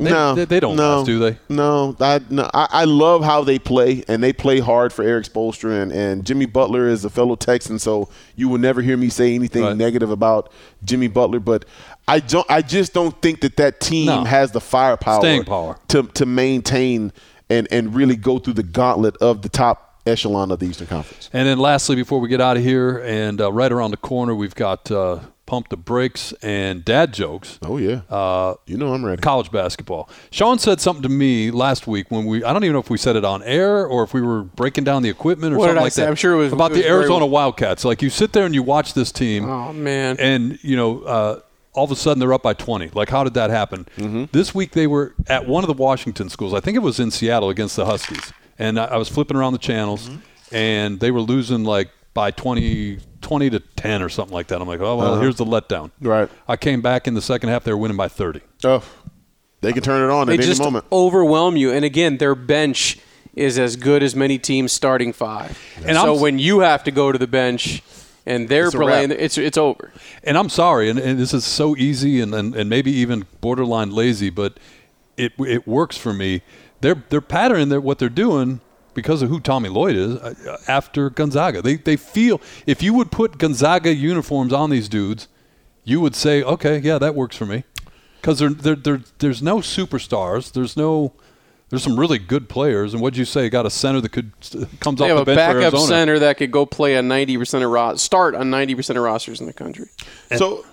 C: They-
D: no,
C: they- they don't
D: no,
C: last, do they?
D: No, I, no. I, I love how they play, and they play hard for Eric Spoelstra, and, and Jimmy Butler is a fellow Texan, so you will never hear me say anything
C: Right.
D: negative about Jimmy Butler. But I don't, I just don't think that that team
C: No.
D: has the firepower,
C: Staying power.
D: to to maintain and and really go through the gauntlet of the top echelon of the Eastern Conference.
C: And then lastly, before we get out of here, and uh, right around the corner, we've got uh, Pump the Brakes and Dad Jokes.
D: Oh yeah, uh, you know I'm ready.
C: College basketball. Sean said something to me last week when we, I don't even know if we said it on air or if we were breaking down the equipment or
E: What did
C: something
E: I
C: like
E: say?
C: that.
E: I'm sure it was-
C: About
E: it
C: the
E: was very-
C: Arizona Wildcats. Like you sit there and you watch this team.
E: Oh, man.
C: And, you know, uh, all of a sudden they're up by 20. Like, how did that happen?
E: Mm-hmm.
C: This week they were at one of the Washington schools. I think it was in Seattle against the Huskies. And I, I was flipping around the channels
E: Mm-hmm.
C: and they were losing like by 20, 20 to 10 or something like that. I'm like, oh,
E: Uh-huh.
C: well, here's the letdown.
D: Right.
C: I came back in the second half. They were winning by 30.
D: Oh, they can turn it on
E: They
D: at any
E: just
D: moment.
E: overwhelm you. And again, their bench is as good as many teams starting five.
C: And
E: so
C: I'm-
E: when you have to go to the bench and they're
D: It's a
E: playing,
D: wrap.
E: it's it's over.
C: and I'm sorry, and, and this is so easy and, and, and maybe even borderline lazy, but it it works for me. Their their pattern, their, what they're doing because of who Tommy Lloyd is uh, after Gonzaga. They they feel if you would put Gonzaga uniforms on these dudes, you would say, okay, yeah, that works for me, because there there there there's no superstars, there's no. There's some really good players, and what'd you say? Got a center that could comes
E: They
C: off
E: have
C: the
E: a
C: bench for
E: backup
C: Arizona.
E: center that could go play on 90% of ro- start on 90% of rosters in the country.
D: So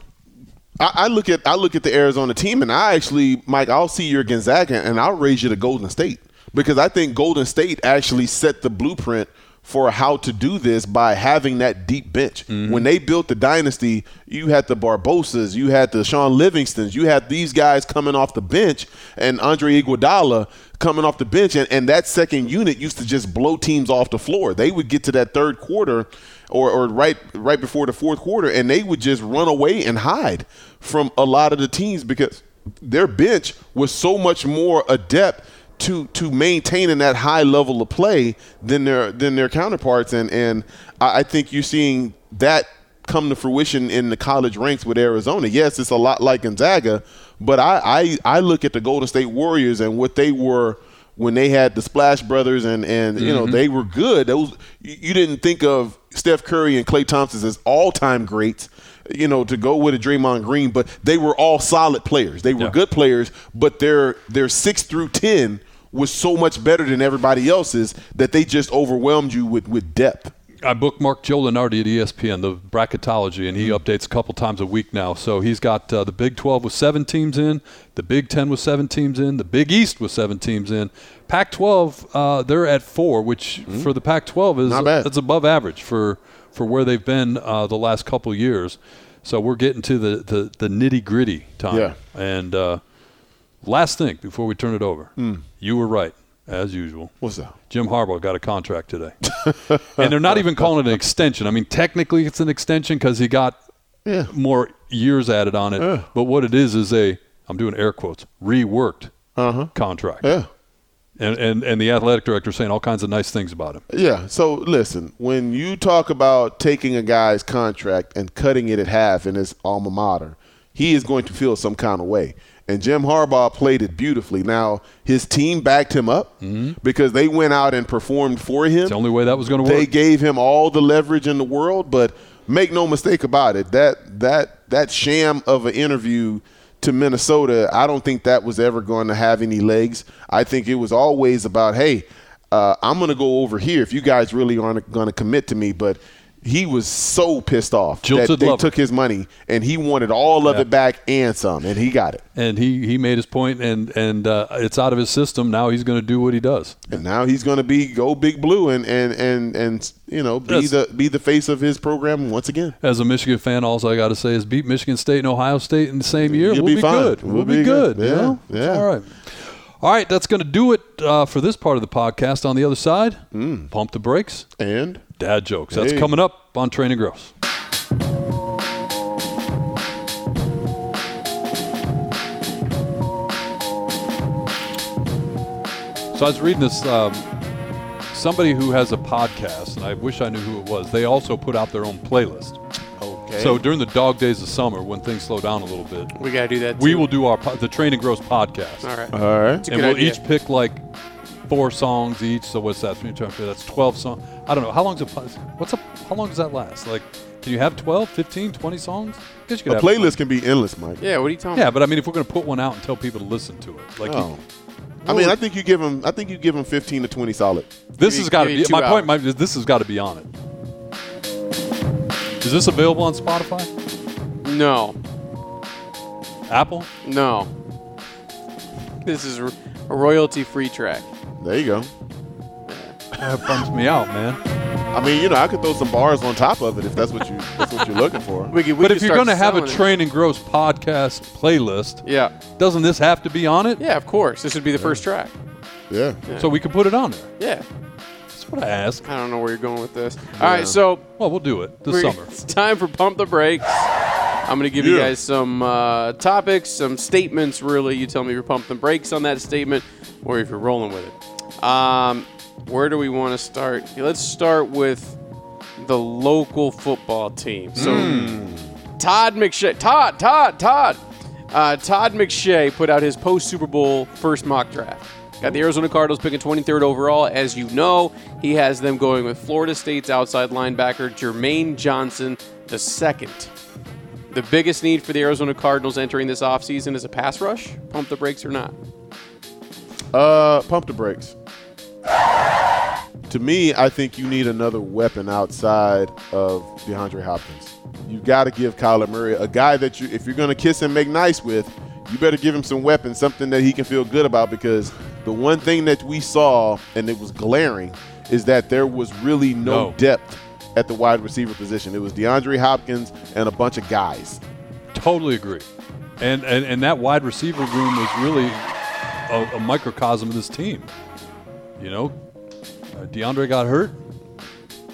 D: I, I look at I look at the Arizona team, and I actually, Mike, I'll see your Gonzaga, and I'll raise you to Golden State because I think Golden State actually set the blueprint for how to do this by having that deep bench.
E: Mm-hmm.
D: When they built the dynasty, you had the Barbosas, you had the Sean Livingstons, you had these guys coming off the bench, and Andre Iguodala coming off the bench, and, and that second unit used to just blow teams off the floor. They would get to that third quarter or, or right right before the fourth quarter, and they would just run away and hide from a lot of the teams because their bench was so much more adept to to maintaining that high level of play than their than their counterparts, and and I, I think you're seeing that come to fruition in the college ranks with Arizona. Yes, it's a lot like Gonzaga, but I I, I look at the Golden State Warriors and what they were when they had the Splash Brothers and and you know they were good. Those you you didn't think of Steph Curry and Klay Thompson as all time greats. You know, to go with a Draymond Green, but they were all solid players. They were
C: Yeah.
D: good players, but their their six through ten was so much better than everybody else's that they just overwhelmed you with with depth.
C: I bookmarked Joe Lenardi at E ESPN, the bracketology, and
D: Mm-hmm.
C: he updates a couple times a week now. So he's got uh, the Big 12 with seven teams in, the Big 10 with seven teams in, the Big East with seven teams in. Pac 12, uh, they're at four, which for the Pac 12 is
D: Mm-hmm. Not bad.
C: that's above average for, for where they've been uh, the last couple years. So we're getting to the, the, the nitty gritty time.
D: Yeah.
C: And uh, last thing before we turn it over,
D: Mm.
C: you were right, as usual.
D: What's that?
C: Jim Harbaugh got a contract today, and they're not even calling it an extension. I mean, technically, it's an extension because he got
D: Yeah.
C: more years added on it. But what it is is a I'm doing air quotes reworked contract.
D: Uh-huh. Yeah.
C: And, and and the athletic director saying all kinds of nice things about him.
D: Yeah. So listen, when you talk about taking a guy's contract and cutting it in half in his alma mater, he is going to feel some kind of way. And Jim Harbaugh played it beautifully. Now his team backed him up because they went out and performed for him.
C: Mm-hmm. It's the only way that was going to
D: They
C: work.
D: gave him all the leverage in the world, but make no mistake about it, that that that sham of an interview to Minnesota, I don't think that was ever going to have any legs. I think it was always about, hey, uh, I'm going to go over here if you guys really aren't going to commit to me, but. He was so pissed off
C: Jilted
D: that they
C: lover.
D: took his money, and he wanted all of it back and some, and he got it.
C: and he, he made his point, and and uh, it's out of his system. Now he's going to do what he does.
D: And now he's going to be go big blue and and and and you know be
C: That's-
D: the be the face of his program once again.
C: As a Michigan fan, all I got to say is beat Michigan State and Ohio State in the same year.
D: You'll
C: we'll be,
D: be fine.
C: good. We'll,
D: We'll
C: be,
D: be
C: good.
D: good.
C: you
D: Yeah,
C: know?
D: yeah.
C: All right. All right. That's going to do it uh, for this part of the podcast. On the other side, pump the brakes.
D: And
C: Dad jokes. That's
D: Hmm. Hey.
C: coming up on Training Gross. So I was reading this. Um, somebody who has a podcast, and I wish I knew who it was. They also put out their own playlist.
D: okay,
C: So during the dog days of summer, when things slow down a little bit,
E: We got to do that.
C: we
E: too.
C: will do our po- the Train and Gross podcast.
E: All right.
D: all right.
E: a
C: and
E: good
C: we'll
E: idea.
C: each pick like four songs each. So what's that? Three times three, That's twelve songs. I don't know how long's a po- what's a how long does that last? Like, can you have 12, 15, 20 songs? I guess you could
D: A
C: have
D: playlist can be endless, Mike.
E: Yeah. What are you talking
C: Yeah,
E: about?
C: but I mean, if we're gonna put one out and tell people to listen to it, like
D: Oh.
C: you-
D: I mean, I think you give him. I think you give him fifteen to twenty solid.
C: this
E: Give
C: has
E: you-
C: got to
E: give
C: be
E: you two
C: my point.
E: hours.
C: My, this has got to be on it. Is this available on Spotify,
E: No.
C: Apple?
E: No. This is r- a royalty-free track.
D: There you go.
C: That bums me out, man.
D: I mean, you know, I could throw some bars on top of it if that's what you that's what you're looking for.
E: We could, we
C: But
E: could
C: if you're going
E: start
C: to have a
E: selling it.
C: Train and Gross podcast playlist,
E: Yeah.
C: doesn't this have to be on it?
E: Yeah. Of course. This would be the first track.
D: Yeah.
C: So we can put it on there.
E: Yeah.
C: That's what I asked.
E: I don't know where you're going with this. All right. So
C: Well, we'll do it this
E: We're-
C: summer.
E: It's time for pump the brakes. I'm gonna give you
D: Yeah.
E: guys some uh, topics, some statements. Really, you tell me if you're pumping the brakes on that statement, or if you're rolling with it. Um, where do we want to start? Let's start with the local football team. So Todd McShay, Todd, Todd, Todd, uh, Todd McShay put out his post Super Bowl first mock draft. Got the Arizona Cardinals picking 23rd overall. As you know, he has them going with Florida State's outside linebacker Jermaine Johnson the second. The biggest need for the Arizona Cardinals entering this offseason is a pass rush. Pump the brakes or not?
D: Uh, pump the brakes. to me, I think you need another weapon outside of DeAndre Hopkins. You got to give Kyler Murray a guy that you, if you're going to kiss and make nice with, you better give him some weapons, something that he can feel good about. Because the one thing that we saw, and it was glaring, is that there was really
C: No.
D: no, depth at the wide receiver position. It was DeAndre Hopkins and a bunch of guys.
C: Totally agree. And, and and that wide receiver room was really a, a microcosm of this team. You know, uh, DeAndre got hurt.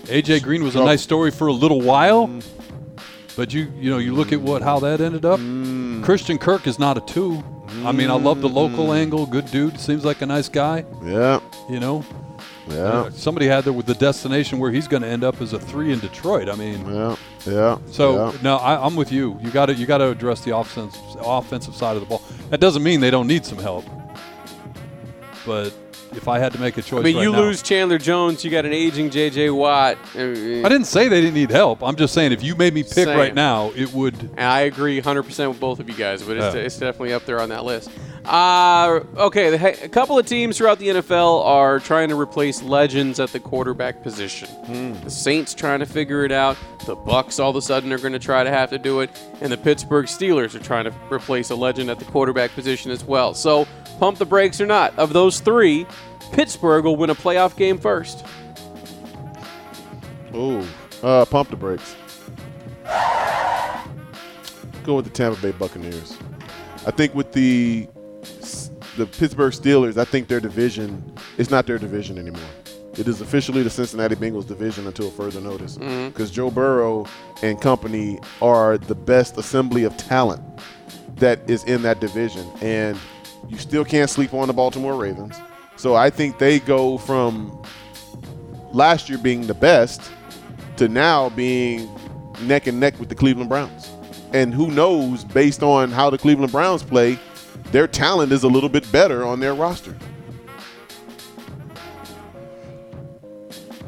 C: AJ Green was a nice story for a little while,
E: Mm.
C: but you you know you look at what how that ended up.
E: Mm.
C: Christian Kirk is not a two. I mean, I love the local
E: Mm.
C: angle. Good dude, seems like a nice guy.
D: Yeah,
C: You know,
D: yeah,
C: somebody had there with the destination where he's going to end up as a three in Detroit. I mean,
D: yeah, yeah.
C: so
D: yeah.
C: no, I, I'm with you. You got to you got to address the offense offensive side of the ball. That doesn't mean they don't need some help. But if I had to make a choice,
E: I mean,
C: right
E: you
C: now-
E: lose Chandler Jones, you got an aging J.J. Watt. I mean,
C: I didn't say they didn't need help. I'm just saying if you made me pick
E: Same.
C: right now, it would.
E: And I agree 100% with both of you guys, but it's,
C: Yeah.
E: it's definitely up there on that list. Uh, okay, the, he- a couple of teams throughout the NFL are trying to replace legends at the quarterback position.
C: Hmm.
E: The Saints trying to figure it out. The Bucks all of a sudden are going to try to have to do it, and the Pittsburgh Steelers are trying to replace a legend at the quarterback position as well. So, pump the brakes or not, of those three, Pittsburgh will win a playoff game first.
D: Ooh, uh, pump the brakes. Go with the Tampa Bay Buccaneers. I think with the the Pittsburgh Steelers, I think their division it's not their division anymore. It is officially the Cincinnati Bengals division until further notice because Joe Burrow and company are the best assembly of talent that is in that division. And you still can't sleep on the Baltimore Ravens. So I think they go from last year being the best to now being neck and neck with the Cleveland Browns. And who knows, based on how the Cleveland Browns play, their talent is a little bit better on their roster.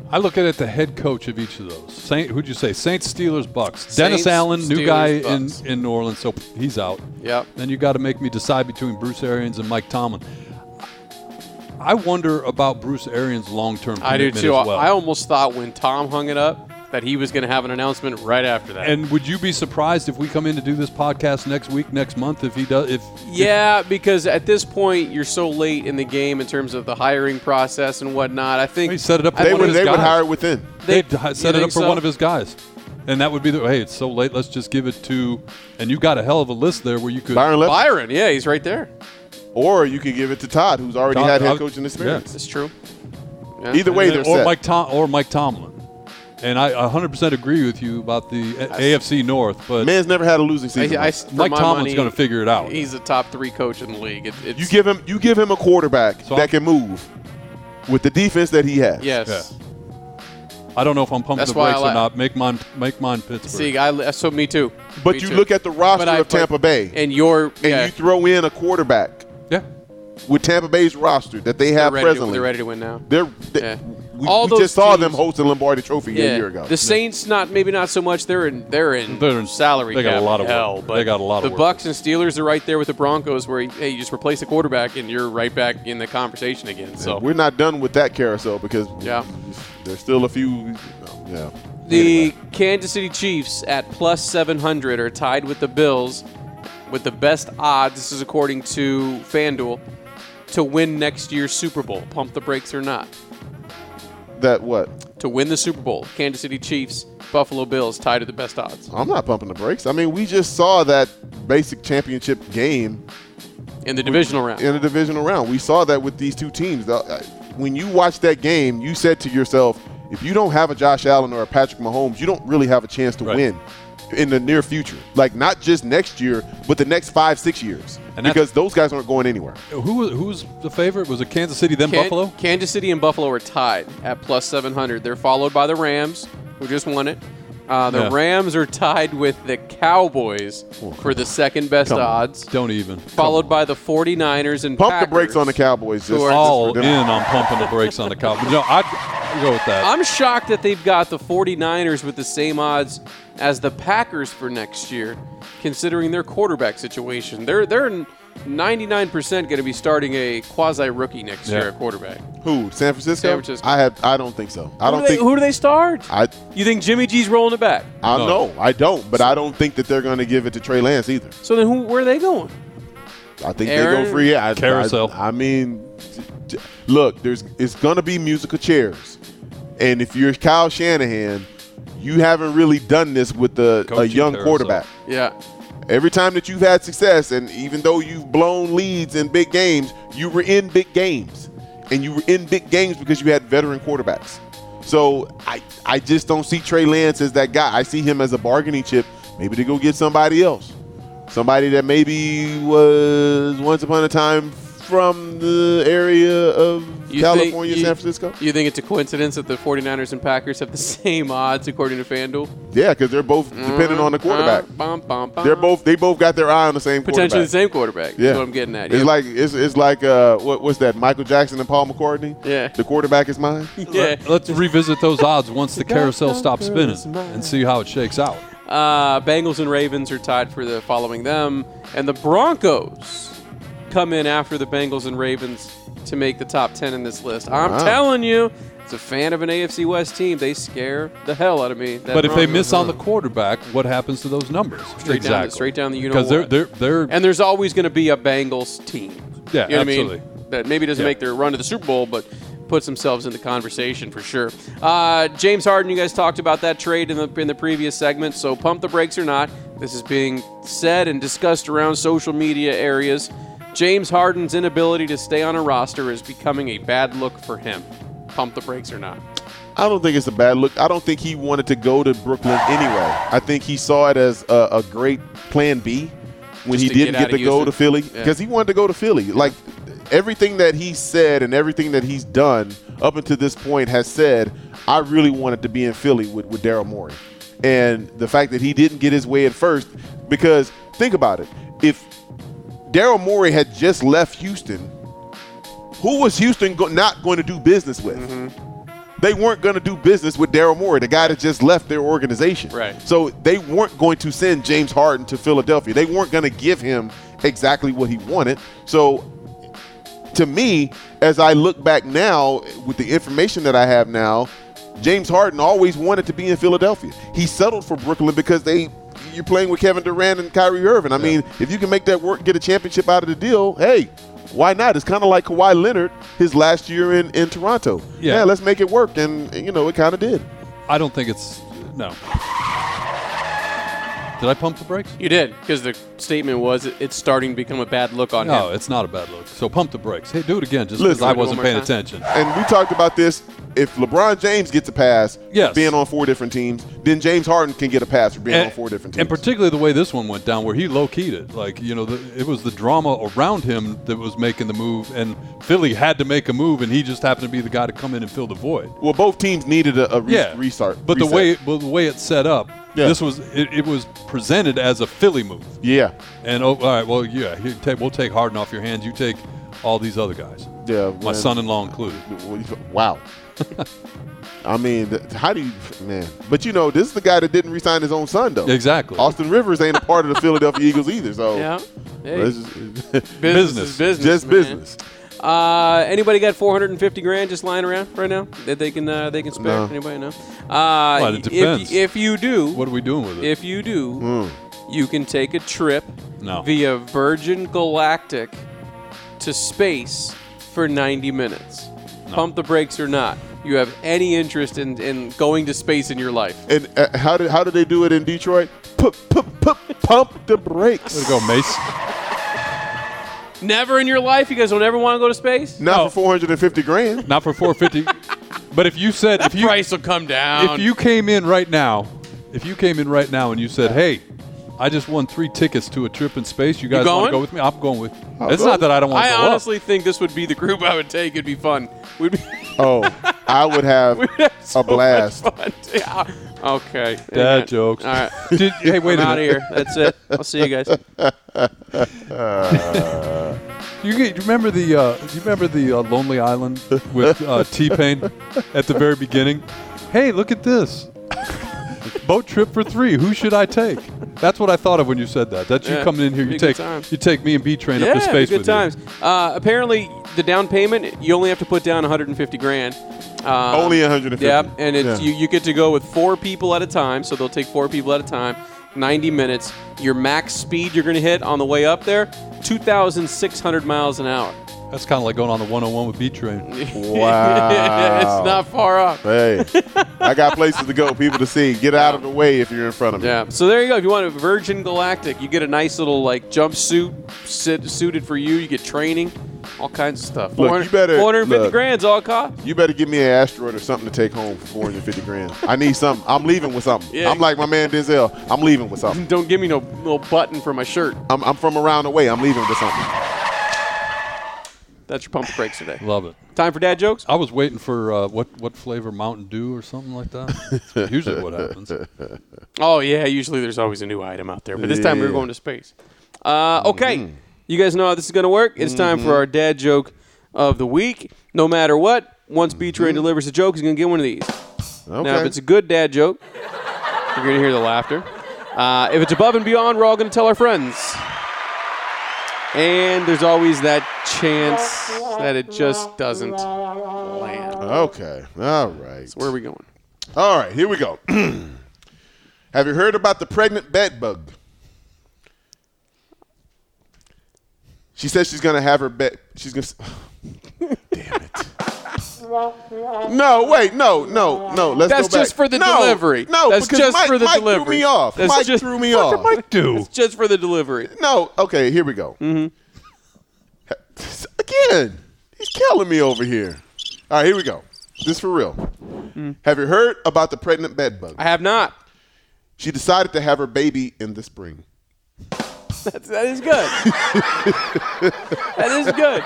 C: I look at it the head coach of each of those. Saint, who'd you say? Saints, Steelers, Bucks. Dennis
E: Saints,
C: Allen, new
E: Steelers,
C: guy
E: Bucks.
C: in in New Orleans, so he's out.
E: Yep.
C: Then you got to make me decide between Bruce Arians and Mike Tomlin. I wonder about Bruce Arians' long-term.
E: I do
C: commitment
E: too.
C: As well.
E: I almost thought when Tom hung it up that he was going to have an announcement right after that.
C: and would you be surprised if we come in to do this podcast next week, next month, if he does? If
E: yeah, because at this point you're so late in the game in terms of the hiring process and whatnot. I think
C: He set it up
E: I
C: for
D: They
E: think
C: one
D: would
C: of
E: it's-
C: his
D: they would
C: guys.
D: hire within.
C: they
E: They-
C: would
E: you
C: set it up
E: think
C: for
E: so?
C: one of his guys, and that would be the hey, it's so late, let's just give it to. And you got a hell of a list there where you could.
D: Byron Leftwich.
E: Byron. Yeah, he's right there.
D: Or you could give it to Todd, who's already
C: Todd-
D: had
C: I-
D: head coaching experience.
E: That's true.
D: Either way, they're
C: or
D: set.
C: Mike Tom or Mike Tomlin. And I 100% agree with you about the A- AFC North, but
D: Man's never had a losing
E: I,
D: season.
E: I,
D: Mike.
E: for
C: Mike
E: my
C: Tomlin's
E: money,
C: gonna figure it out.
E: He's a top three coach in the league. It, it's,
D: you give him you give him a quarterback
C: So I'm-
D: that can move with the defense that he has.
E: yes.
C: Yeah. I don't know if I'm pumping
E: That's
C: the
E: why I
C: brakes
E: like-
C: or not. Make mine, make mine Pittsburgh.
E: See, I so me too.
D: But
E: Me
D: you
E: too.
D: look at the roster
E: But I-
D: of
E: but-
D: Tampa Bay and,
E: and your yeah,
D: you throw in a quarterback
C: yeah,
D: with Tampa Bay's roster that they
E: they're
D: have
E: ready
D: presently.
E: To, they're ready to win now.
D: They're- they-
E: Yeah.
D: we,
E: All
D: we
E: those
D: just saw
E: teams-
D: them host the Lombardi Trophy a year ago.
E: The Saints, not maybe not so much. They're in they're in,
C: They're in-
E: salary.
C: they got a
E: cap
C: lot of work.
E: hell, but
C: They got a lot of
E: The
C: work.
E: Bucks and Steelers are right there with the Broncos, where hey, you just replace the quarterback and you're right back in the conversation again. So
D: We're not done with that carousel because
E: Yeah.
D: there's still a few. Yeah.
E: the
D: Anyway.
E: Kansas City Chiefs at plus seven hundred are tied with the Bills with the best odds. This is according to FanDuel to win next year's Super Bowl. Pump the brakes or not.
D: that what?
E: to win the Super Bowl. Kansas City Chiefs, Buffalo Bills tied at the best odds
D: I'm not pumping the brakes. I mean, we just saw that basic championship game
E: in the divisional round.
D: in the divisional round. We saw that with these two teams. The- uh, When you watched that game, you said to yourself, if you don't have a Josh Allen or a Patrick Mahomes, you don't really have a chance to
C: Right.
D: win in the near future. Like, not just next year, but the next five, six years.
C: And that's-
D: because those guys aren't going anywhere.
C: who was- who was the favorite? Was it Kansas City then
E: Kan-
C: Buffalo?
E: Kansas City and Buffalo are tied at plus 700. They're followed by the Rams, who just won it. Uh, the
C: Yeah.
E: Rams are tied with the Cowboys for the second best
D: Come Oh, on.
E: odds,
C: Don't even.
E: followed by the 49ers and
D: Pump
E: Packers.
D: the brakes on the Cowboys. Just,
E: Who are-
D: just
C: All
D: for
C: in
D: them.
C: on pumping the brakes on the Cowboys. No, I'd I'd go with that.
E: I'm shocked that they've got the 49ers with the same odds as the Packers for next year, considering their quarterback situation. They're they're 99% going to be starting a quasi rookie next
C: Yeah.
E: year at quarterback.
D: Who? San Francisco?
E: San Francisco.
D: I have. I don't think so. I
E: who,
D: don't
E: do they,
D: think.
E: who do they start?
D: I.
E: you think Jimmy G's rolling it back?
D: I
C: No.
D: know. I don't. But I don't think that they're going to give it to Trey Lance either.
E: So then who where are they going?
D: I think they
E: Aaron-
D: go free. I,
C: Carousel.
D: I, I mean, t- t- look, there's it's gonna be musical chairs, and if you're Kyle Shanahan, you haven't really done this with the, a
C: Coaching
D: young
C: carousel.
D: quarterback.
E: Yeah.
D: Every time that you've had success, and even though you've blown leads in big games, you were in big games, and you were in big games because you had veteran quarterbacks. So I, I just don't see Trey Lance as that guy. I see him as a bargaining chip, maybe to go get somebody else, somebody that maybe was once upon a time from the area of
E: You
D: California,
E: think- you-
D: San Francisco.
E: You think it's a coincidence that the 49ers and Packers have the same odds according to FanDuel?
D: Yeah, because they're both dependent on the quarterback.
E: Uh, bum, bum, bum.
D: They're both they both got their eye on the same
E: potentially the
D: quarterback.
E: same quarterback.
D: Yeah,
E: That's what I'm getting at.
D: It's
E: Yeah.
D: like it's, it's like uh, what, what's that? Michael Jackson and Paul McCartney.
E: Yeah.
D: the quarterback is mine.
E: yeah.
C: Let's revisit those odds once the carousel stops spinning and see how it shakes out.
E: Uh, Bengals and Ravens are tied for the following them, and the Broncos come in after the Bengals and Ravens to make the top ten in this list. I'm
D: Wow.
E: telling you, as a fan of an AFC West team, they scare the hell out of me. That
C: But if they
E: Broncos-
C: miss on the quarterback, what happens to those numbers?
E: Straight down the- straight down the you know
C: Because they're
E: what.
C: they're they're
E: and there's always going to be a Bengals team.
C: Yeah,
E: you know
C: absolutely.
E: What I mean? That maybe doesn't
C: Yeah.
E: make their run to the Super Bowl, but puts themselves in the conversation for sure. Uh, James Harden, you guys talked about that trade in the in the previous segment, so pump the brakes or not. This is being said and discussed around social media areas. James Harden's inability to stay on a roster is becoming a bad look for him. pump the brakes or not.
D: I don't think it's a bad look. I don't think he wanted to go to Brooklyn anyway. I think he saw it as a, a great plan B when
E: Just
D: he
E: to
D: didn't
E: get
D: get
E: out
D: to
E: of
D: go
E: Houston.
D: to Philly
E: Yeah.
D: because he wanted to go to Philly. Like everything that he said and everything that he's done up until this point has said, I really wanted to be in Philly with, with Daryl Morey. And the fact that he didn't get his way at first, because think about it. If Daryl Morey had just left Houston, who was Houston go- not going to do business with? They weren't going to do business with Daryl Morey, the guy that just left their organization.
E: Right.
D: So they weren't going to send James Harden to Philadelphia. They weren't going to give him exactly what he wanted. So to me, as I look back now with the information that I have now, James Harden always wanted to be in Philadelphia. He settled for Brooklyn because they you're playing with Kevin Durant and Kyrie Irving. I mean, if you can make that work, get a championship out of the deal, hey, why not? It's kind of like Kawhi Leonard his last year in, in Toronto.
C: Yeah.
D: yeah, let's make it work, and you know it kind of did.
C: I don't think it's no. Did I pump the brakes?
E: You did because the statement was it, it's starting to become a bad look on
C: No,
E: him.
C: it's not a bad look. So pump the brakes. Hey, do it again, just because
D: Listen,
C: I
D: do it
C: wasn't
E: one more
C: paying
E: time.
C: attention.
D: and we talked about this. If LeBron James gets a pass,
C: Yes.
D: being on four different teams, then James Harden can get a pass for being on four different teams.
C: and particularly the way this one went down, where he low keyed it. Like you know, the, it was the drama around him that was making the move, and Philly had to make a move, and he just happened to be the guy to come in and fill the void.
D: Well, both teams needed a, a re-
C: yeah,
D: restart.
C: But
D: reset.
C: the way but the way it's set up,
D: Yeah.
C: this was it, it was presented as a Philly move.
D: yeah,
C: And oh, all right, well, yeah, here, take, we'll take Harden off your hands. You take all these other guys.
D: Yeah,
C: my
D: when-
C: son-in-law included.
D: wow. I mean, th- how do you, man? But you know, this is the guy that didn't resign his own son, though.
C: Exactly.
D: Austin Rivers ain't a part of the Philadelphia Eagles either, so
E: Yeah. Hey,
D: it's just,
E: business, is
C: business.
E: business,
D: just
E: man.
D: business.
E: Uh, anybody got 450 grand just lying around right now that they can uh, they can spare?
D: No.
E: Anybody know? Uh,
C: it
E: if-
C: depends.
E: If, you do,
C: What are we doing with it?
E: if you do,
C: Hmm.
E: you can take a trip
C: No.
E: via Virgin Galactic to space for 90 minutes. Pump the brakes or not, you have any interest in, in going to space in your life.
D: And uh, how did how did they do it in Detroit? P- p- p- pump the brakes.
C: Way to go, Mace.
E: Never in your life, you guys don't ever want to go to space.
D: Not
C: No.
D: for 450 grand.
C: Not for 450. but if you said if you
E: Price will come down.
C: if you came in right now, if you came in right now and you said, "Hey, I just won three tickets to a trip in space. You guys want
E: going?
C: to go with me? I'm going with." you. it's
D: go.
C: not that I don't want to
E: I
C: go up.
E: honestly think this would be the group I would take. It'd be fun. We'd be
D: Oh, I would have a blast.
E: fun. Yeah. Okay.
C: Dad
E: Yeah.
C: jokes.
E: All right.
C: Did- hey, wait
E: I'm
C: a
E: out of
C: minute.
E: here. That's it. I'll see you guys.
C: You, get, you remember the uh, you remember the uh, Lonely Island with uh, T Pain at the very beginning? Hey, look at this boat trip for three. Who should I take? That's what I thought of when you said that. That's you
E: Yeah,
C: coming in here.
E: be
C: You
E: a good
C: take
E: time.
C: you take me and B Train up to
E: it'd be
C: space
E: good
C: with
E: times.
C: you.
E: Uh, apparently, the down payment you only have to put down 150 grand. Um,
D: Only 150.
E: Yeah, and it's
D: Yeah.
E: you. You get to go with four people at a time, so they'll take four people at a time. 90 minutes. Your max speed you're going to hit on the way up there, 2,600 miles an hour.
C: That's kind of like going on the 101 with B Train.
D: Wow.
E: it's not far off.
D: Hey, I got places to go, people to see. Get out of the way if you're in front of me.
E: Yeah. So there you go. If you want a Virgin Galactic, you get a nice little like jumpsuit sit, suited for you. You get training, all kinds of stuff.
D: Look,
E: 400
D: you better-
E: 450
D: look.
E: grand's all cost.
D: You better give me an asteroid or something to take home for 450 grand. I need something. I'm leaving with something.
E: Yeah.
D: I'm like my man Denzel. I'm leaving with something.
E: Don't give me no little button for my shirt.
D: I'm, I'm from around the way. I'm leaving with something.
E: That's your pump breaks today.
C: Love it.
E: Time for dad jokes.
C: I was waiting for uh, what what flavor Mountain Dew or something like that. That's usually what happens.
E: Oh yeah. Usually there's always a new item out there, but this time we we're
D: Yeah. Mm-hmm.
E: going to space. Uh, okay. You guys know how this is going to work. It's time for our dad joke of the week. No matter what, once B Train
D: Mm-hmm.
E: delivers a joke, he's going to get one of these.
D: Okay.
E: Now, if it's a good dad joke, you're going to hear the laughter. Uh, if it's above and beyond, we're all going to tell our friends. And there's always that chance that it just doesn't land.
D: okay. All right.
E: Where are we going?
D: All right. Here we go. Have you heard about the pregnant bed bug? She says she's gonna have her bed. She's gonna. s- Damn it. No, wait, no, no, no. Let's
E: That's
D: go back.
E: just for the
D: No,
E: delivery.
D: No,
E: That's
D: because
E: just
D: Mike,
E: for the
D: Mike
E: delivery.
D: threw me off.
E: That's
D: Mike
E: just-
D: threw me off.
C: do?
E: It's just for the delivery.
D: No, okay, here we go.
E: Mm-hmm.
D: Again, he's killing me over here. All right, here we go. This for real.
E: Mm.
D: Have you heard about the pregnant bed bug?
E: I have not.
D: She decided to have her baby in the spring.
E: That's, that is good. that is good.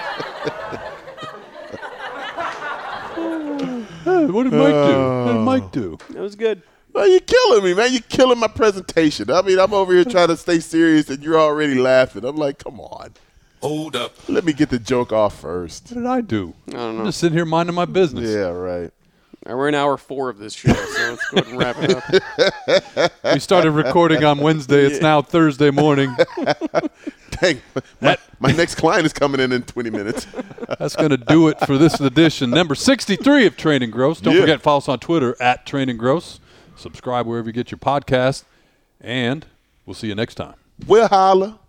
C: What did Mike do? What did
E: Oh.
C: Mike do?
E: That was good.
D: Well, you're killing me, man. You're killing my presentation. I mean, I'm over here trying to stay serious, and you're already laughing. I'm like, come on.
A: Hold up.
D: Let me get the joke off first.
C: What did I do? I don't know. I'm just sitting here minding my business.
D: Yeah, right.
E: All right, we're in hour four of this show, so let's go ahead and wrap it up.
C: We started recording on Wednesday. It's now Thursday morning.
D: Dang, my, my next client is coming in in 20 minutes.
C: That's going to do it for this edition, number 63 of Train and Gross. Don't
D: Yeah.
C: forget, follow us on Twitter at Train and Gross. Subscribe wherever you get your podcast. And we'll see you next time.
D: We'll holler.